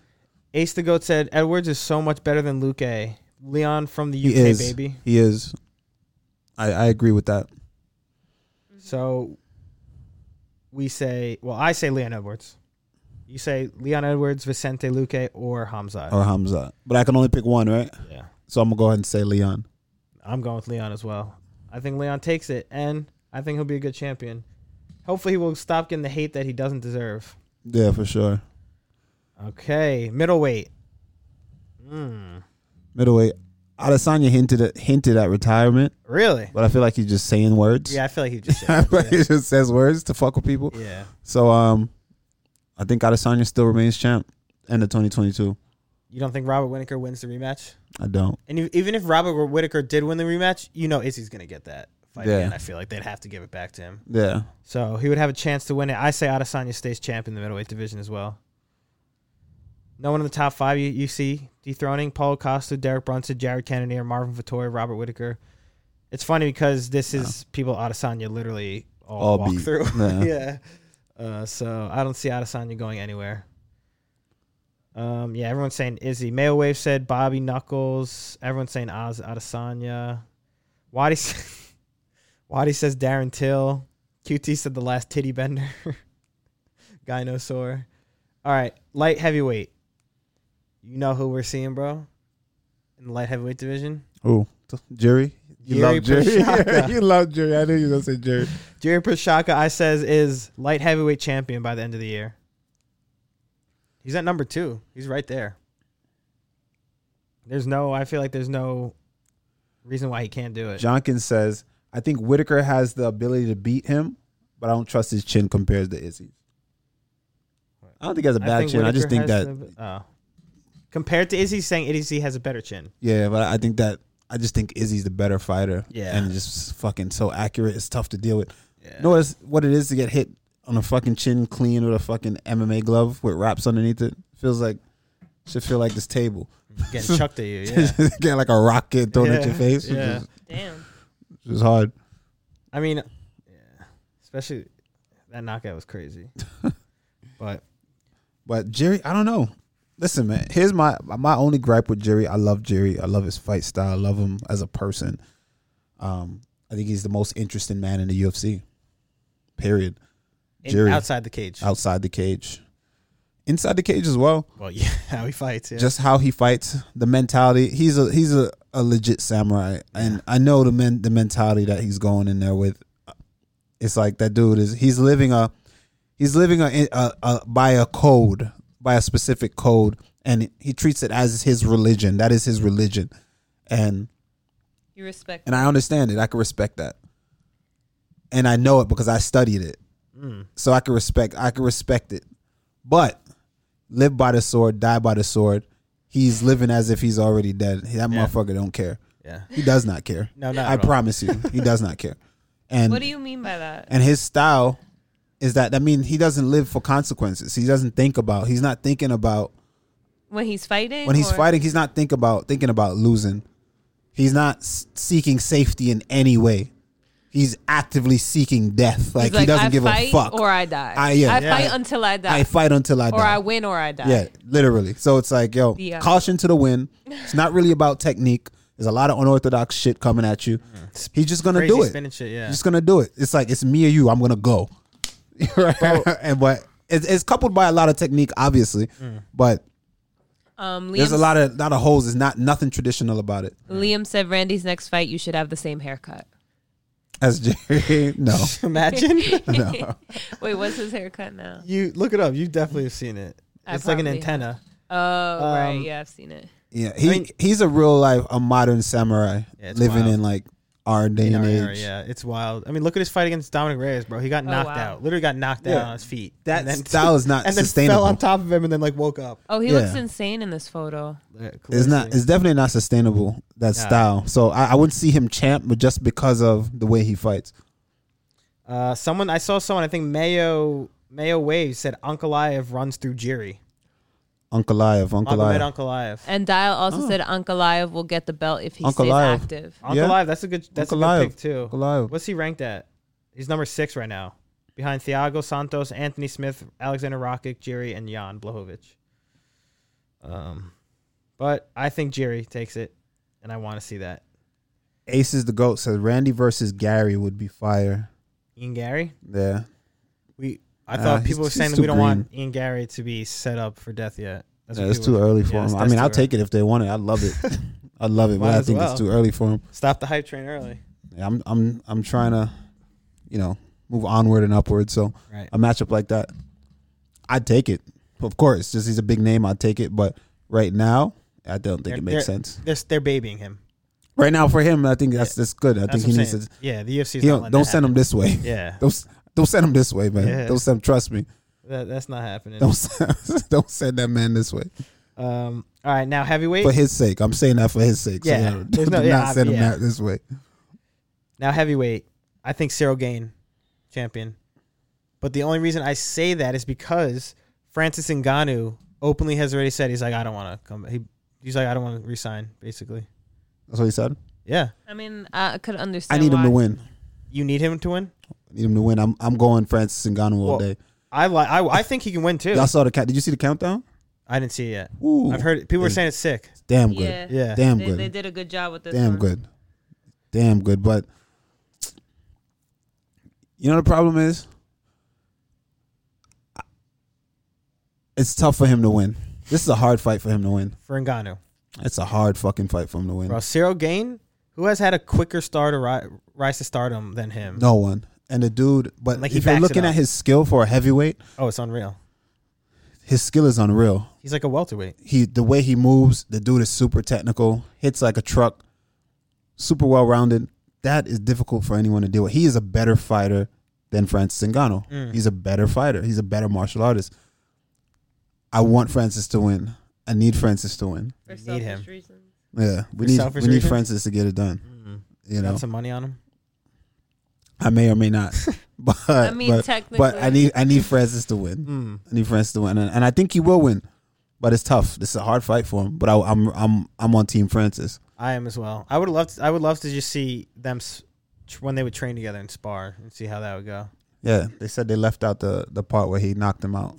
Ace the Goat said Edwards is so much better than Luke A. Leon from the
He
UK,
is.
baby.
He is. I I agree with that.
So we say, well, I say Leon Edwards. You say Leon Edwards, Vicente Luque, or Hamza.
Or Hamza, but I can only pick one, right?
Yeah,
So I'm gonna go ahead and say Leon.
I'm going with Leon as well. I think Leon takes it, and I think he'll be a good champion. Hopefully, he will stop getting the hate that he doesn't deserve.
Yeah, for sure.
Okay, middleweight. Mm,
Middleweight. Adesanya hinted at, hinted at retirement,
really?
but I feel like he's just saying words.
Yeah, I feel like he just.
I feel like he just says words to fuck with people.
yeah.
So um, I think Adesanya still remains champ end of 2022.
You don't think Robert Whitaker wins the rematch?
I don't.
And if- even if Robert Whitaker did win the rematch, you know Izzy's going to get that fight
Yeah.
again. I feel like they'd have to give it back to him.
Yeah.
So he would have a chance to win it. I say Adesanya stays champ in the middleweight division as well. No one in the top five you, you see dethroning Paulo Costa, Derek Brunson, Jared Cannonier, Marvin Vittori, Robert Whitaker. It's funny because this is people Adesanya literally all,
All
walk
beat.
through.
Yeah.
yeah. Uh, so I don't see Adesanya going anywhere. Um, yeah, everyone's saying Izzy. Mayo Wave said Bobby Knuckles. Everyone's saying Oz Adesanya. Wadi, s- Wadi says Darren Till. QT said the last titty bender. Gynosaur. All right, light heavyweight. You know who we're seeing, bro? In the light heavyweight division?
Oh, Jerry. You
Jerry
love Jerry.
Prochaska.
you love Jerry. I knew you were gonna say Jerry.
Jerry Proshaka, I says, is light heavyweight champion by the end of the year. He's at number two. He's right there. There's no, I feel like there's no reason why he can't do it.
Jonkins says, I think Whitaker has the ability to beat him, but I don't trust his chin compared to Izzy's. I don't think he has a bad chin. I just think
Whitaker
that
has the- oh. Compared to Izzy, saying Izzy has a better chin.
yeah, but I think that I just think Izzy's the better fighter.
Yeah.
And just fucking so accurate. It's tough to deal with. You know it's, what it is to get hit on a fucking chin clean with a fucking MMA glove with wraps underneath it? Feels like should feel like this table.
Getting chucked at you. Yeah.
Getting like a rocket thrown at
Yeah,
your face. which
yeah.
is-
Damn.
which is hard.
I mean, yeah. especially that knockout was crazy. but
But Jerry, I don't know. Listen, man. Here's my my only gripe with Jerry. I love Jerry. I love his fight style. I love him as a person. Um, I think he's the most interesting man in the UFC. Period.
in-
Jerry
outside the cage.
outside the cage, inside the cage as well.
Well, yeah, how he fights. Yeah.
Just how he fights, the mentality. He's a he's a, a legit samurai, and I know the men the mentality that he's going in there with. It's like that dude is he's living a he's living a, a, a by a code by a specific code, and he treats it as his religion. That is his religion, and
You respect.
and I understand it. I can respect that, and I know it because I studied it. So I can respect. I can respect it, but live by the sword, die by the sword. He's living as if he's already dead. That motherfucker don't care.
yeah.
He does not care.
No, not
I
at all.
promise you, he does not care. And
What do you mean by that?
and his style is that. I mean, he doesn't live for consequences. He doesn't think about. He's not thinking about
When he's fighting?
when he's
or-
fighting, he's not think about thinking about losing. He's not s- seeking safety in any way. he's actively seeking death. Like, he doesn't
I
give
fight
a fuck.
or I die.
I- yeah.
I
Yeah.
fight until I die.
I fight until I
or
die.
I win or I die.
Yeah, literally. So it's like, yo,
Yeah.
caution to the wind. It's not really about technique. There's a lot of unorthodox shit coming at you. He's just gonna
Mm-hmm. Crazy
do it.
spinning shit, yeah.
He's just gonna do it. It's like it's me or you. I'm gonna go. Right? and but it's, it's coupled by a lot of technique, obviously.
Mm.
But
Um, Liam,
there's a lot of lot of holes. It's not nothing traditional about it.
Liam said Randy's next fight you should have the same haircut.
As Jerry, no,
Imagine
no.
Wait, what's his haircut now?
you look it up. You definitely have seen it.
I
it's like an
probably
antenna.
Oh, right.
Um,
Yeah, I've seen it.
Yeah, he
I mean-
he's a real life a modern samurai
Yeah, it's
living
wild.
in like our day
In
and
our
age.
era, yeah, it's wild. I mean, look at his fight against Dominic Reyes, bro. He got knocked
Oh, wow.
out. Literally got knocked
Yeah.
out on his feet.
That
And then-
style is not
and then
sustainable.
fell on top of him and then like woke up.
Oh, he
Yeah.
looks insane in this photo.
It's not. It's definitely not sustainable that style. So I, I wouldn't see him champ, but just because of the way he fights.
Uh, someone I saw someone I think Mayo Mayo Waves said Ankalaev runs through Jiri.
Uncle Liev, Uncle
Magomed
Liev.
Ankalaev.
And Dial also said Ankalaev will get the belt if he
Oh. Uncle
stays
Live.
active.
Ankalaev,
Yeah.
that's a good that's a
Ankalaev.
good pick too.
Uncle Liev.
What's he ranked at? He's number six right now, behind Thiago Santos, Anthony Smith, Alexander Rakic, Jiri, and Jan Blahovic. Um, but I think Jiri takes it, and I want to see that.
Ace is the goat. Says Randy versus Gary would be fire.
Ian Gary,
Yeah,
we I
Nah,
thought
uh, he's-
people were
he's
saying that
too
we don't want Ian Gary to be set up for death yet. That's
yeah
what
it's
people
too
were-
early
yeah,
for
that's-
him. I
that's
mean,
too
I'll
early.
take it if they want it. I love it. I love it,
Might
but I
as
think
well.
it's too early for him.
Stop the hype train early.
Yeah, I'm, I'm, I'm trying to, you know, move onward and upward. So
Right.
a matchup like that, I'd take it. Of course, just he's a big name. I'd take it. But right now, I don't think
They're-
it makes
they're-
sense.
They're, they're babying him.
Right now, for him, I think that's that's good. I
That's
think he
what I'm
needs
saying.
to.
Yeah, the UFC's
He
not
don't,
letting
don't
that
send him
happen.
this way.
Yeah,
Don't s- don't send him this way, man.
Yeah.
Don't send. Trust me.
that, that's not happening.
Don't send, don't send that man this way
Um, all right, now heavyweight.
for his sake. I'm saying that for his sake. So,
Yeah.
no,
There's
do
no-
not
yeah,
send him
yeah.
that this way.
Now heavyweight, I think Cyril Gain, champion. But the only reason I say that is because Francis Ngannou openly has already said he's like I don't want to come. He, he's like I don't want to resign. Basically,
That's what he said.
yeah.
I mean, I could
I
understand.
need him to
why.
win.
You need him to win.
I need him to win. I'm I'm going Francis Ngannou all
Well,
day.
I like. I, I think he can win too.
Y'all saw the count. Did you see the countdown?
I didn't see it yet.
Ooh,
I've heard people were
Yeah.
saying it's sick.
Damn good.
Yeah,
Yeah.
Damn
They,
good.
they did a good job with this.
Damn
one.
good. Damn good. But you know the problem is it's tough for him to win. This is a hard fight for him to win.
for Ngannou.
It's a hard fucking fight for him to win.
Bro, Cyril Gain, who has had a quicker star to ri- rise to stardom than him?
No one. And the dude, but
Like, he
if you're
backs it
looking
up.
at his skill for a heavyweight,
Oh, it's unreal.
his skill is unreal.
He's like a welterweight.
He the way he moves, the dude is super technical, hits like a truck, super well rounded. That is difficult for anyone to deal with. He is a better fighter than Francis Ngannou. He's a better fighter. He's a better martial artist. I want Francis to win. I need Francis to win.
For
need him.
selfish reasons.
Yeah, we need
For
we
selfish
need
reasons?
Francis to get it done. You know,
Got some money on him.
I may or may not, but
I mean,
but,
technically,
but I need I need Francis to win. I need Francis to win, and, and I think he will win. But it's tough. This is a hard fight for him. But I, I'm I'm I'm on Team Francis.
I am as well. I would love. To, I would love to just see them s- tr- when they would train together and spar and see how that would go.
Yeah, they said they left out the the part where he knocked him out.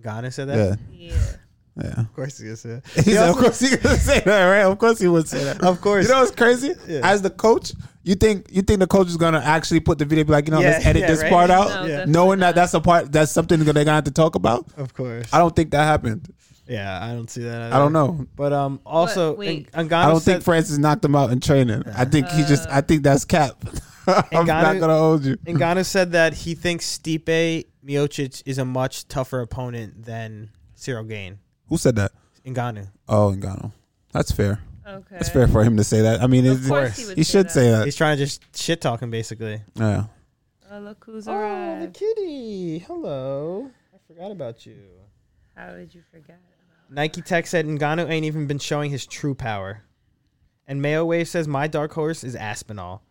Ghana said that.
Yeah,
yeah.
yeah.
of course he is. yeah.
He
He
said, of
also-
course he would say that, right? Of course he would say that.
Of course.
You know what's crazy?
Yeah.
As the coach, you think you think the coach is gonna actually put the video be like, you know,
Yeah,
let's edit
yeah,
this
right?
part out,
No,
Yeah.
definitely
knowing that
not.
that's a part that's something they're gonna have to talk about.
Of course.
I don't think that happened.
yeah, I don't see that. Either.
I don't know.
But um, also,
But wait.
Ngannou
I don't
said,
think Francis knocked him out in training. I think he just. I think that's cap. I'm not
Ngannou-
gonna hold you.
Ngannou said that he thinks Stipe Miocic is a much tougher opponent than Cyril Gain.
Who said that?
Ngannou.
Oh, Ngannou. That's fair.
Okay.
That's fair for him to say that. I mean,
Of
it's,
course he would
he
say
should
that.
say that.
He's trying to just shit talk him basically.
Yeah.
Oh, look who's
Oh, the
arrived.
kitty. Hello. I forgot about you.
How did you forget?
Nike Tech said Ngannou ain't even been showing his true power. And Mayo Wave says my dark horse is Aspinall.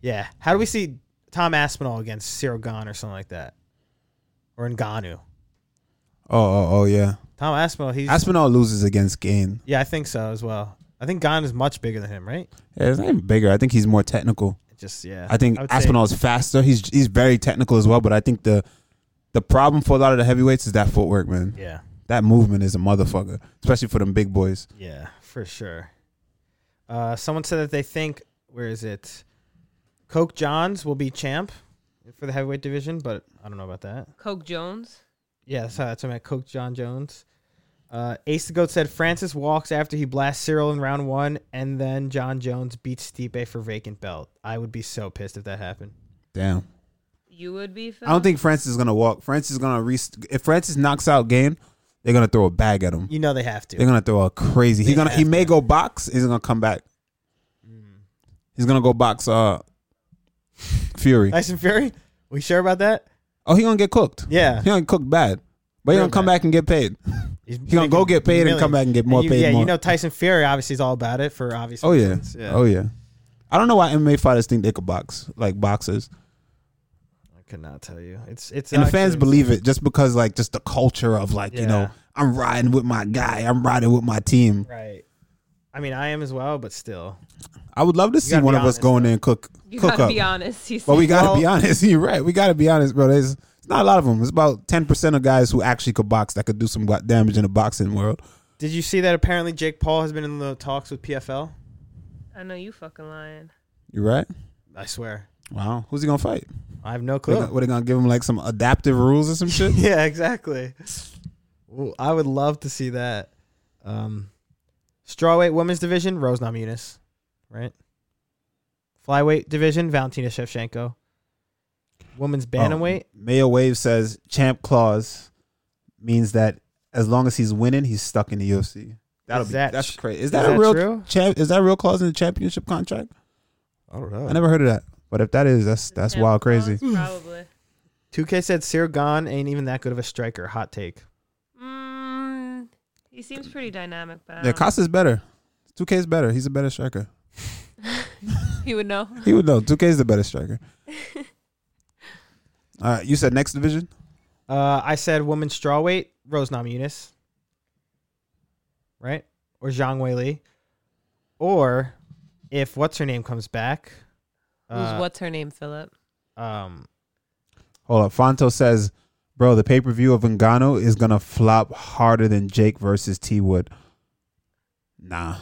Yeah. How do we see Tom Aspinall against Cyril Gahn or something like that? Or Ngannou.
Oh, oh, oh, yeah.
Tom Aspinall, he's
Aspinall loses against Gain.
Yeah, I think so as well. I think Gahn is much bigger than him, right?
Yeah, he's not even bigger. I think he's more technical.
just yeah.
I think
would say-
Aspinall is faster. He's he's very technical as well, but I think the the problem for a lot of the heavyweights is that footwork, man.
Yeah,
That movement is a motherfucker, especially for them big boys.
yeah, for sure. Uh, someone said that they think where is it? Coke Johns will be champ for the heavyweight division, but I don't know about that.
Coke Jones.
Yeah, that's how that's what I meant. Coke John Jones. Uh, Ace the Goat said Francis walks after he blasts Cyril in round one, and then John Jones beats Stipe for vacant belt. I would be so pissed if that happened.
Damn.
You would be. Phil?
I don't think Francis is gonna walk. Francis is gonna re- if Francis knocks out Gain, they're gonna throw a bag at him.
You know they have to.
They're gonna throw a crazy. He
They
gonna he
have
may
to. Mm.
go box. He's gonna come back. He's gonna go box. Uh, Fury.
Tyson Fury, we sure about that?
Oh, he gonna get cooked.
Yeah,
He gonna get cooked bad, but he
Real
gonna come
bad.
back and get paid.
he's
He gonna go get paid and come back and get more
you,
paid.
Yeah,
more.
you know Tyson Fury obviously is all about it for obvious.
Oh yeah.
reasons.
Oh yeah. I don't know why MMA fighters think they could box like boxers,
I could not tell you. It's it's
and the fans
actually-
believe it just because like just the culture of like you know
Yeah.
I'm riding with my guy, I'm riding with my team.
right. I mean, I am as well, but still,
I would love to see
gotta
one
be
of us
honest,
go in there and cook
You
cook
gotta
up,
be honest. He said.
but we gotta be
Well-
honest. You're right. We gotta be honest, bro. There's it's not a lot of them. It's about ten percent of guys who actually could box that could do some got- damage in the boxing world.
did you see that? Apparently, Jake Paul has been in the talks with PFL.
I know you fucking lying.
You right?
I swear,
Wow. Who's he gonna fight?
I have no
What they
clue.
gonna- what they gonna give him like some adaptive rules or some shit?
yeah, exactly. Ooh, I would love to see that. Um, strawweight women's division, Rose Namajunas, right? Flyweight division, Valentina Shevchenko. Women's
Oh.
bantamweight,
Mayo Wave says champ clause means that as long as he's winning, he's stuck in the UFC. That'll
Is
be
that
that's
tr-
crazy. Is
is
that a
that
real
true?
champ? Is that a real clause in the championship contract?
I don't know.
I never heard of that. But if that is, that's that's
Damn
wild,
pause,
crazy.
Probably.
2K said Cyril Gahn ain't even that good of a striker. Hot take.
Mm, he seems pretty dynamic, but I
Yeah,
don't know.
Costa's better. Two K is better. He's a better striker.
he would know.
He would know. Two K is the better striker. All right, you said next division.
Uh, I said women's strawweight, Rose Namajunas, right? Or Zhang Wei Li. Or if what's her name comes back,
Who's
uh,
what's her name, Philip?
um,
Hold up. Fonto says, "Bro, the pay per view of Ngannou is gonna flop harder than Jake versus T Wood." Nah,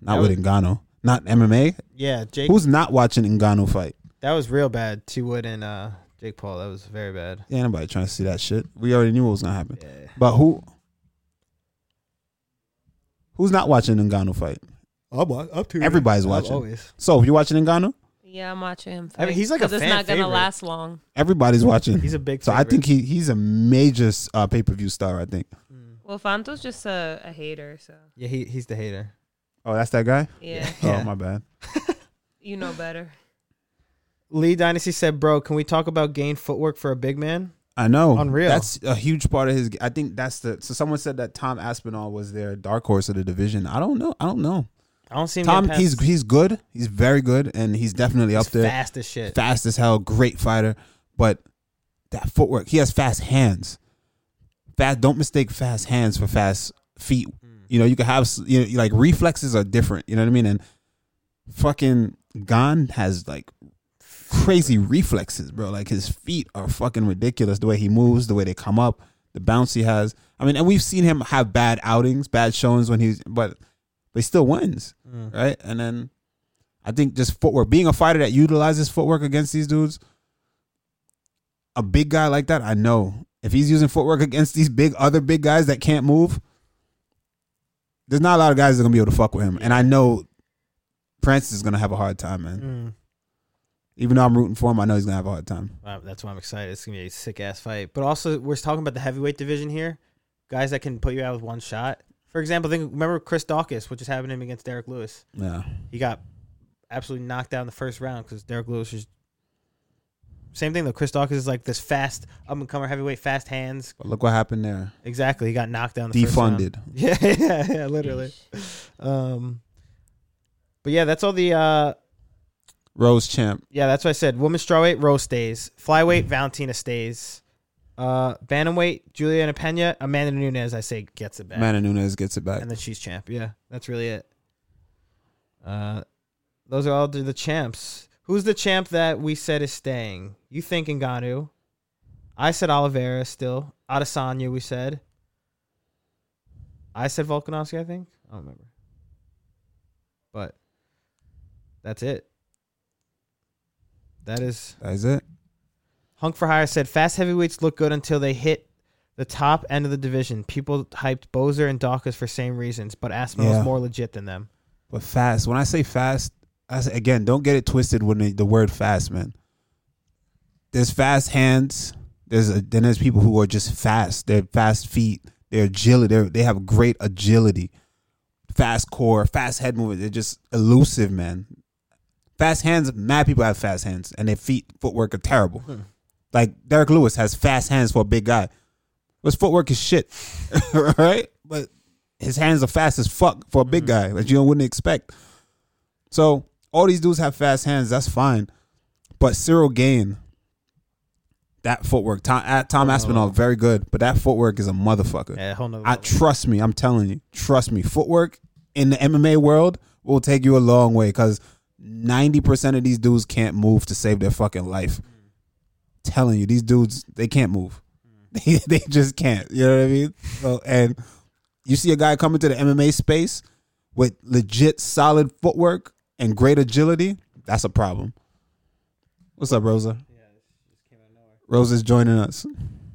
not
That
with Ngannou. Not MMA.
yeah, Jake.
Who's not watching Ngannou fight?
That was real bad. T Wood and uh, Jake Paul. That was very bad.
Yeah, nobody trying to see that shit. We already knew what was gonna happen.
Yeah.
But who? Who's not watching Ngannou fight?
I'm up to
Everybody's watching.
Always.
So if you're watching Ngannou,
Yeah, I'm watching him.
I mean,
fight,
he's like a
'cause it's
fan
not gonna
favorite.
last long.
everybody's watching.
He's a big.
so I
favorite.
think he he's a major uh, pay per view star. I think.
Mm.
Well, Fanto's just a, a hater, so
Yeah, he he's the hater.
Oh, that's that guy.
yeah,
Yeah.
Oh my bad.
you know better.
Lee Dynasty said, "Bro, can we talk about gain footwork for a big man?"
I know.
Unreal.
That's a huge part of his. I think that's the. So someone said that Tom Aspinall was their dark horse of the division. I don't know. I don't know.
I don't see him.
Tom,
getting
he's
past-
he's good. He's very good, and he's definitely up
he's
there.
fast as shit.
Fast as hell. Great fighter, but that footwork. He has fast hands. Fast. Don't mistake fast hands for fast feet. You know, you can have s- you know, you- like reflexes are different. You know what I mean? And fucking Gon has like crazy reflexes, bro. Like his feet are fucking ridiculous. The way he moves, the way they come up, the bounce he has. I mean, and we've seen him have bad outings, bad showings when he's, but but he still wins,
Mm.
right? And then I think just footwork, being a fighter that utilizes footwork against these dudes, a big guy like that, I know if he's using footwork against these big other big guys that can't move, there's not a lot of guys that are gonna be able to fuck with him. And I know Francis is gonna have a hard time, man.
Mm.
Even though I'm rooting for him, I know he's gonna have a hard time.
Wow, that's why I'm excited. It's gonna be a sick ass fight. But also, we're talking about the heavyweight division here. Guys that can put you out with one shot. For example, think remember Chris Dawkins, which is happening to him against Derek Lewis.
Yeah.
he got absolutely knocked out in the first round because Derek Lewis is. Same thing though. Chris Dawkins is like this fast up and comer heavyweight, fast hands.
But look what happened there.
Exactly, he got knocked down. The first round.
Defunded.
Yeah, yeah, yeah, literally. Um, but yeah, that's all the. uh
Rose champ.
Yeah, that's what I said. Women's strawweight, Rose stays. Flyweight, Valentina stays. Uh, bantamweight, Juliana Pena, Amanda Nunes. I say gets it back,
Amanda Nunes gets it back.
and then she's champ. Yeah, that's really it. Uh, those are all the the champs. Who's the champ that we said is staying? You think Ngannou? I said Oliveira still. Adesanya, we said. I said Volkanovski, I think. I don't remember. But that's it. That is
That is it.
Hunk for Hire said fast heavyweights look good until they hit the top end of the division. People hyped Bozer and Dawkins for same reasons, but Aspinall
Yeah.
was more legit than them.
But fast. When I say fast, I say, again, don't get it twisted when the, the word fast, man. There's fast hands. There's a, then there's people who are just fast. They're fast feet. They're agility. They're, they have great agility. Fast core, fast head movement. They're just elusive, man. Fast hands. Mad people have fast hands, and their feet footwork are terrible. Like Derek Lewis has fast hands for a big guy. His footwork is shit, right? But his hands are fast as fuck for a big guy that you wouldn't expect. So all these dudes have fast hands. That's fine, but Cyril Gain, that footwork, Tom, uh, Tom Aspinall, very good, but that footwork is a motherfucker.
Yeah, whole nother
I
level.
trust me. I'm telling you, trust me. Footwork in the MMA world will take you a long way because ninety percent of these dudes can't move to save their fucking life. Telling you, these dudes they can't move. They, they just can't. You know what I mean? So, and you see a guy come into the MMA space with legit solid footwork and great agility. That's a problem. What's up, Rosa? Rosa's joining us.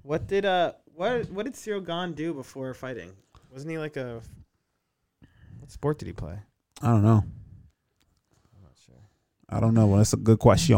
What did uh what what did Cyril Gahn do before fighting? Wasn't he like a what sport did he play?
I don't know. I don't know. Well, that's a good question.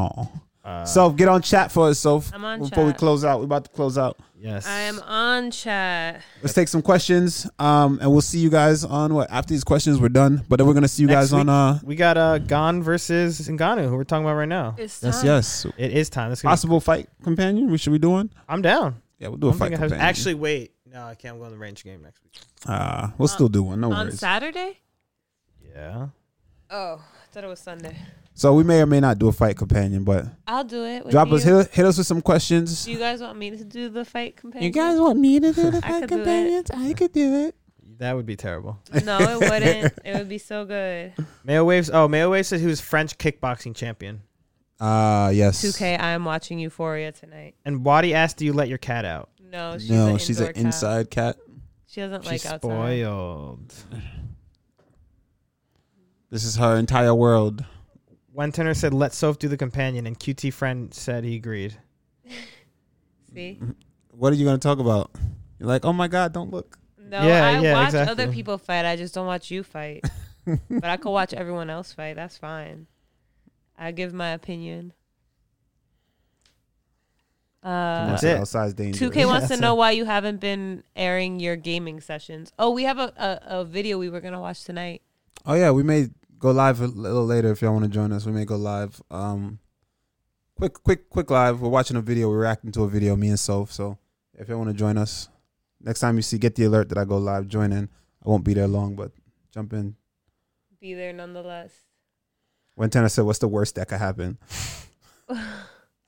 Uh,
So get on chat for us, Soph.
I'm on
Before we
chat.
close out, we're about to close out.
yes,
I am on chat.
Let's take some questions, um, and we'll see you guys on what after these questions we're done. But then we're gonna see you
Next
guys on.
week,
uh
We got uh Gahn versus Ngannou, who we're talking about right now.
It's time.
Yes, yes.
It is time. That's gonna be,
Possible fight companion. We should we do one?
I'm down.
Yeah, we'll do a
I'm
fight
thinking have-
companion.
actually, wait. No, I can't. I'm going to the range game next week.
uh, we'll still do one. No
on
worries.
Saturday?
Yeah.
Oh, I thought it was Sunday.
So we may or may not do a fight companion, but
I'll do it. with
drop us
you.
hit, hit us with some questions.
Do you guys want me to do the fight companion?
You guys want me to do the
I
fight
could do it.
companions? I could do it.
That would be terrible.
No, it wouldn't. it would be so good.
Mayo Waves. Oh, Mayo Waves said he was French kickboxing champion.
Uh yes.
2K, I am watching Euphoria tonight.
And Wadi asked, "Do you let your cat out?"
No, Oh, she's
No,
an
she's an
indoor cat.
inside cat.
She doesn't
She's
like outside.
spoiled.
This is her entire world.
Wentener said, "Let Soph do the companion," and QT friend said he agreed.
See?
What are you gonna talk about? You're like, oh my god, don't look.
No,
Yeah,
I
yeah,
watch
exactly.
other people fight. I just don't watch you fight. but I could watch everyone else fight. That's fine. I give my opinion. Uh,
That's it.
Outside's dangerous.
2K wants to know why you haven't been airing your gaming sessions. Oh, we have a, a, a video we were going to watch tonight.
Oh yeah, we may go live a little later if y'all want to join us. We may go live. Um, quick, quick, quick live. We're watching a video. We're reacting to a video. Me and Soph. So if y'all want to join us, next time you see, get the alert that I go live. Join in. I won't be there long, but jump in.
Be there nonetheless.
When Tanner said, "What's the worst that could happen?"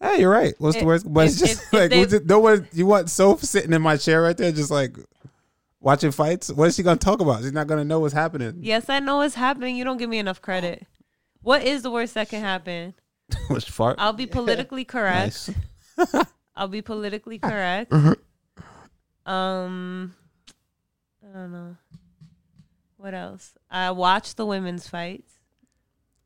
hey, you're right. What's the
If-
worst? But
if-
it's just
if- if
like
they-
we just- no one. You want Soph sitting in my chair right there, just like watching fights. What is she gonna talk about? She's not gonna know what's happening.
Yes, I know what's happening. You don't give me enough credit. What is the worst that can happen?
Which fart?
I'll be politically correct. I'll be politically correct.
Mm-hmm.
um, I don't know. What else? I watch the women's fights.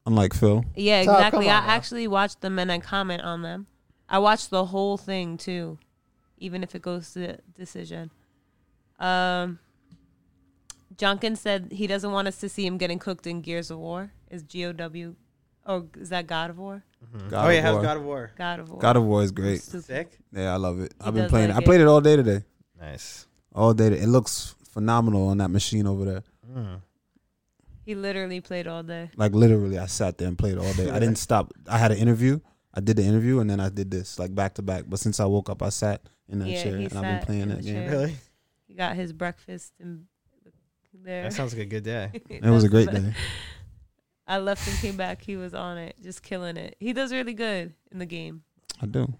Unlike Phil.
Yeah,
Tom,
exactly.
Oh, come
I
on now.
actually watch them and I comment on them. I watch the whole thing too, even if it goes to decision. Um, Junkin said he doesn't want us to see him getting cooked in Gears of War. Is G O W, or is that God of War?
God
oh yeah,
of
how's
War.
God of War?
God of War.
God of War is great.
Stupid.
Sick.
Yeah, I love it.
He
I've been
does
playing.
like
it. I
it.
played it all day today.
Nice.
All day. It looks phenomenal on that machine over there.
Hmm.
He literally played all day.
Like literally, I sat there and played all day. I didn't stop. I had an interview. I did the interview and then I did this like back to back. But since I woke up, I sat in that
Yeah,
chair
he
and I've been
sat
playing
in
that
the
game.
chair.
Really?
He got his breakfast and there.
That sounds like a good day.
It was a great day.
I left and came back. He was on it, just killing it. He does really good in the game.
I do.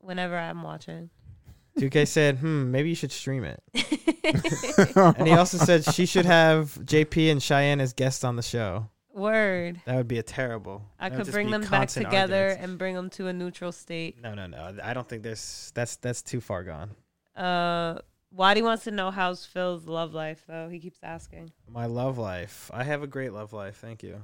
Whenever I'm watching,
2K said, "Hmm, maybe you should stream it." and he also said she should have JP and Cheyenne as guests on the show.
Word.
That would be a terrible.
I
that would
could
just
bring
be
them back
constant
together
arguments.
and bring them to a neutral state.
No, no, no. I don't think there's that's that's too far gone.
Uh, Waddy wants to know how's Phil's love life, though. He keeps asking.
My love life. I have a great love life. Thank you.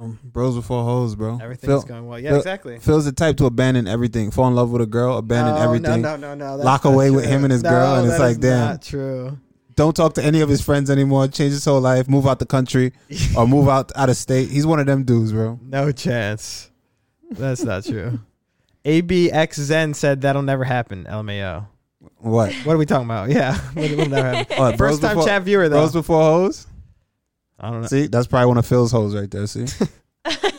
Um, bros before hoes, bro.
Everything's
Oh, Phil-
going well. Yeah,
Phil-
exactly.
Phil's the type to abandon everything, fall in love with a girl, abandon
Oh, no,
everything.
No, no, no, no. that's
Lock
not
away
true.
with him and his
No,
girl, and it's
that is
like, damn.
Not true.
Don't talk to any of his friends anymore. Change his whole life, move out the country, or move out out of state. He's one of them dudes, bro.
No chance. That's not true. ABX Zen said that'll never happen. LMAO.
What?
What are we talking about? Yeah, it'll never happen.
What, bros
First time
before,
chat viewer though.
Bros before hoes.
I don't know.
See, that's probably one of Phil's hoes right there. See, see, see,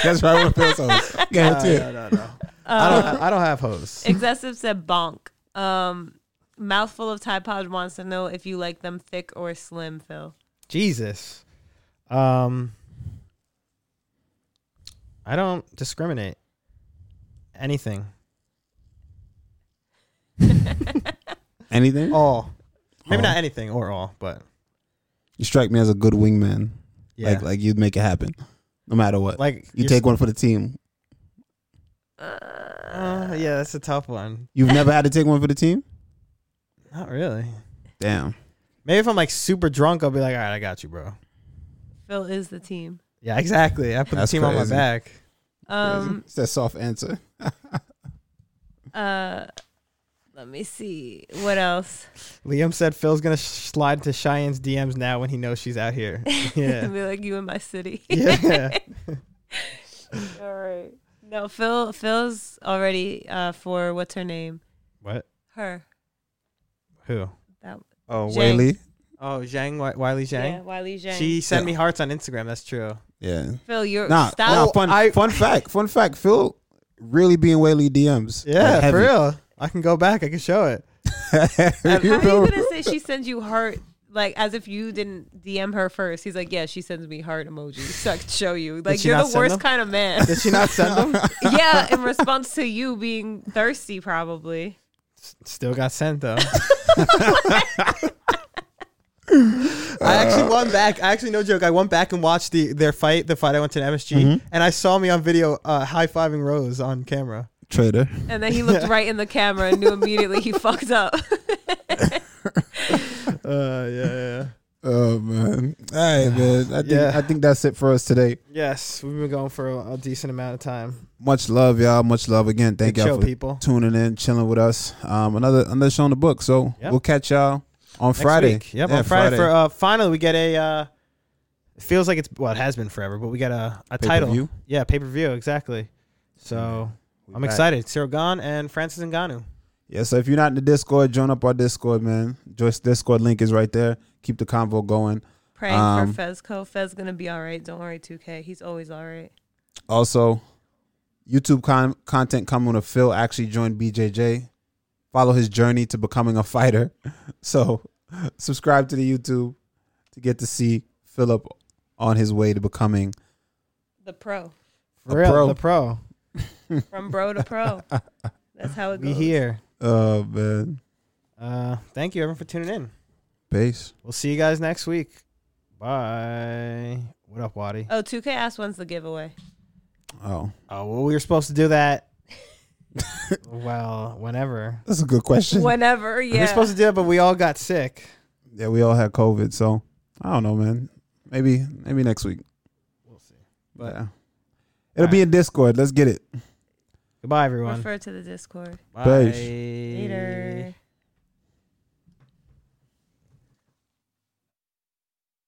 that's probably one of Phil's hoes.
No,
Guarantee it.
Ah, no, no, no. I
Uh,
don't. I don't have hoes.
excessive said bonk. Um, mouthful of Tide Pod wants to know if you like them thick or slim, Phil.
Jesus. Um I don't discriminate anything.
Anything?
All. Maybe
All.
not anything or all, but
You strike me as a good wingman.
yeah.
Like, like you'd make it happen, no matter what.
Like,
you
you're-
take one for the team.
Uh, yeah, that's a tough one.
You've never had to take one for the team.
Not really.
Damn.
Maybe if I'm like super drunk, I'll be like, "All right, I got you, bro."
Phil is the team.
Yeah, exactly. I put
That's
the team on my
crazy.
back.
Um,
it's that soft answer.
uh, let me see what else.
Liam said Phil's gonna sh- slide into Cheyenne's DMs now when he knows she's out here. Yeah,
Be like you in my city.
yeah.
All right. No, Phil. Phil's already uh for what's her name?
What?
Her.
Who?
That.
Oh,
Zhang.
Whaley.
Oh, Zhang Wi- Wiley
Yeah,
Zhang.
Wiley Zhang.
She sent
Yeah.
me hearts on Instagram. That's true.
Yeah.
Phil, you're
Nah,
stop. Oh,
nah, fun, fun fact. Fun fact. Phil really being Whaley DMs. like,
Yeah,
heavy.
for real. I can go back. I can show it.
How
Phil-
are you gonna say she sends you heart like as if you didn't DM her first? He's like, yeah, she sends me heart emoji. So I could show you. Like
she
you're
not
the
send
worst
them?
kind of man.
Did she not send them?
yeah, in response to you being thirsty, probably.
Still got sent though. I actually went back. I actually no joke. I went back and watched the their fight, the fight I went to MSG,
Mm-hmm.
and I saw me on video uh, high fiving Rose on camera.
Traitor.
And then he looked right in the camera and knew immediately he fucked up.
Uh, yeah, yeah.
Oh man. All right, man. I think
Yeah.
I think that's it for us today.
Yes, we've been going for a, a decent amount of time.
Much love, y'all. Much love again. Thank
Good show,
y'all for
people.
tuning in, chilling with us. Um, another another show on the book. So
Yep.
we'll catch y'all on Friday.
Next week. Yep,
Yeah,
on Friday, for uh, finally we get a. Uh, it feels like it's well, it has been forever, but we got a a title.
Pay-per-view. Mm-hmm.
Yeah, pay per view exactly. So
We
I'm
back.
excited. Cyril Gahn and Francis Ngannou.
Yeah, so if you're not in the Discord, join up our Discord, man. Joyce Discord link is right there. Keep the convo going.
Praying
Um,
for Fezco. Fez gonna be all right. Don't worry, 2K. He's always all right.
Also, YouTube con- content coming to Phil actually joined BJJ. Follow his journey to becoming a fighter. So, subscribe to the YouTube to get to see Philip on his way to becoming.
The pro.
A
For real,
pro.
the pro.
From bro to pro. That's how it
We
goes.
here.
Oh man,
Uh, thank you everyone for tuning in.
base.
We'll see you guys next week. Bye. What up, Waddy?
Oh, 2K asked when's the giveaway.
Oh,
Oh, well, we were supposed to do that. well, whenever.
that's a good question.
Whenever,
We were
yeah.
supposed to do it, but we all got sick.
Yeah, we all had COVID, so I don't know, man. Maybe maybe next week.
We'll see. But
yeah. it'll be in Discord. Let's get it.
goodbye, everyone.
Refer to the Discord.
Bye.
Peace.
Later.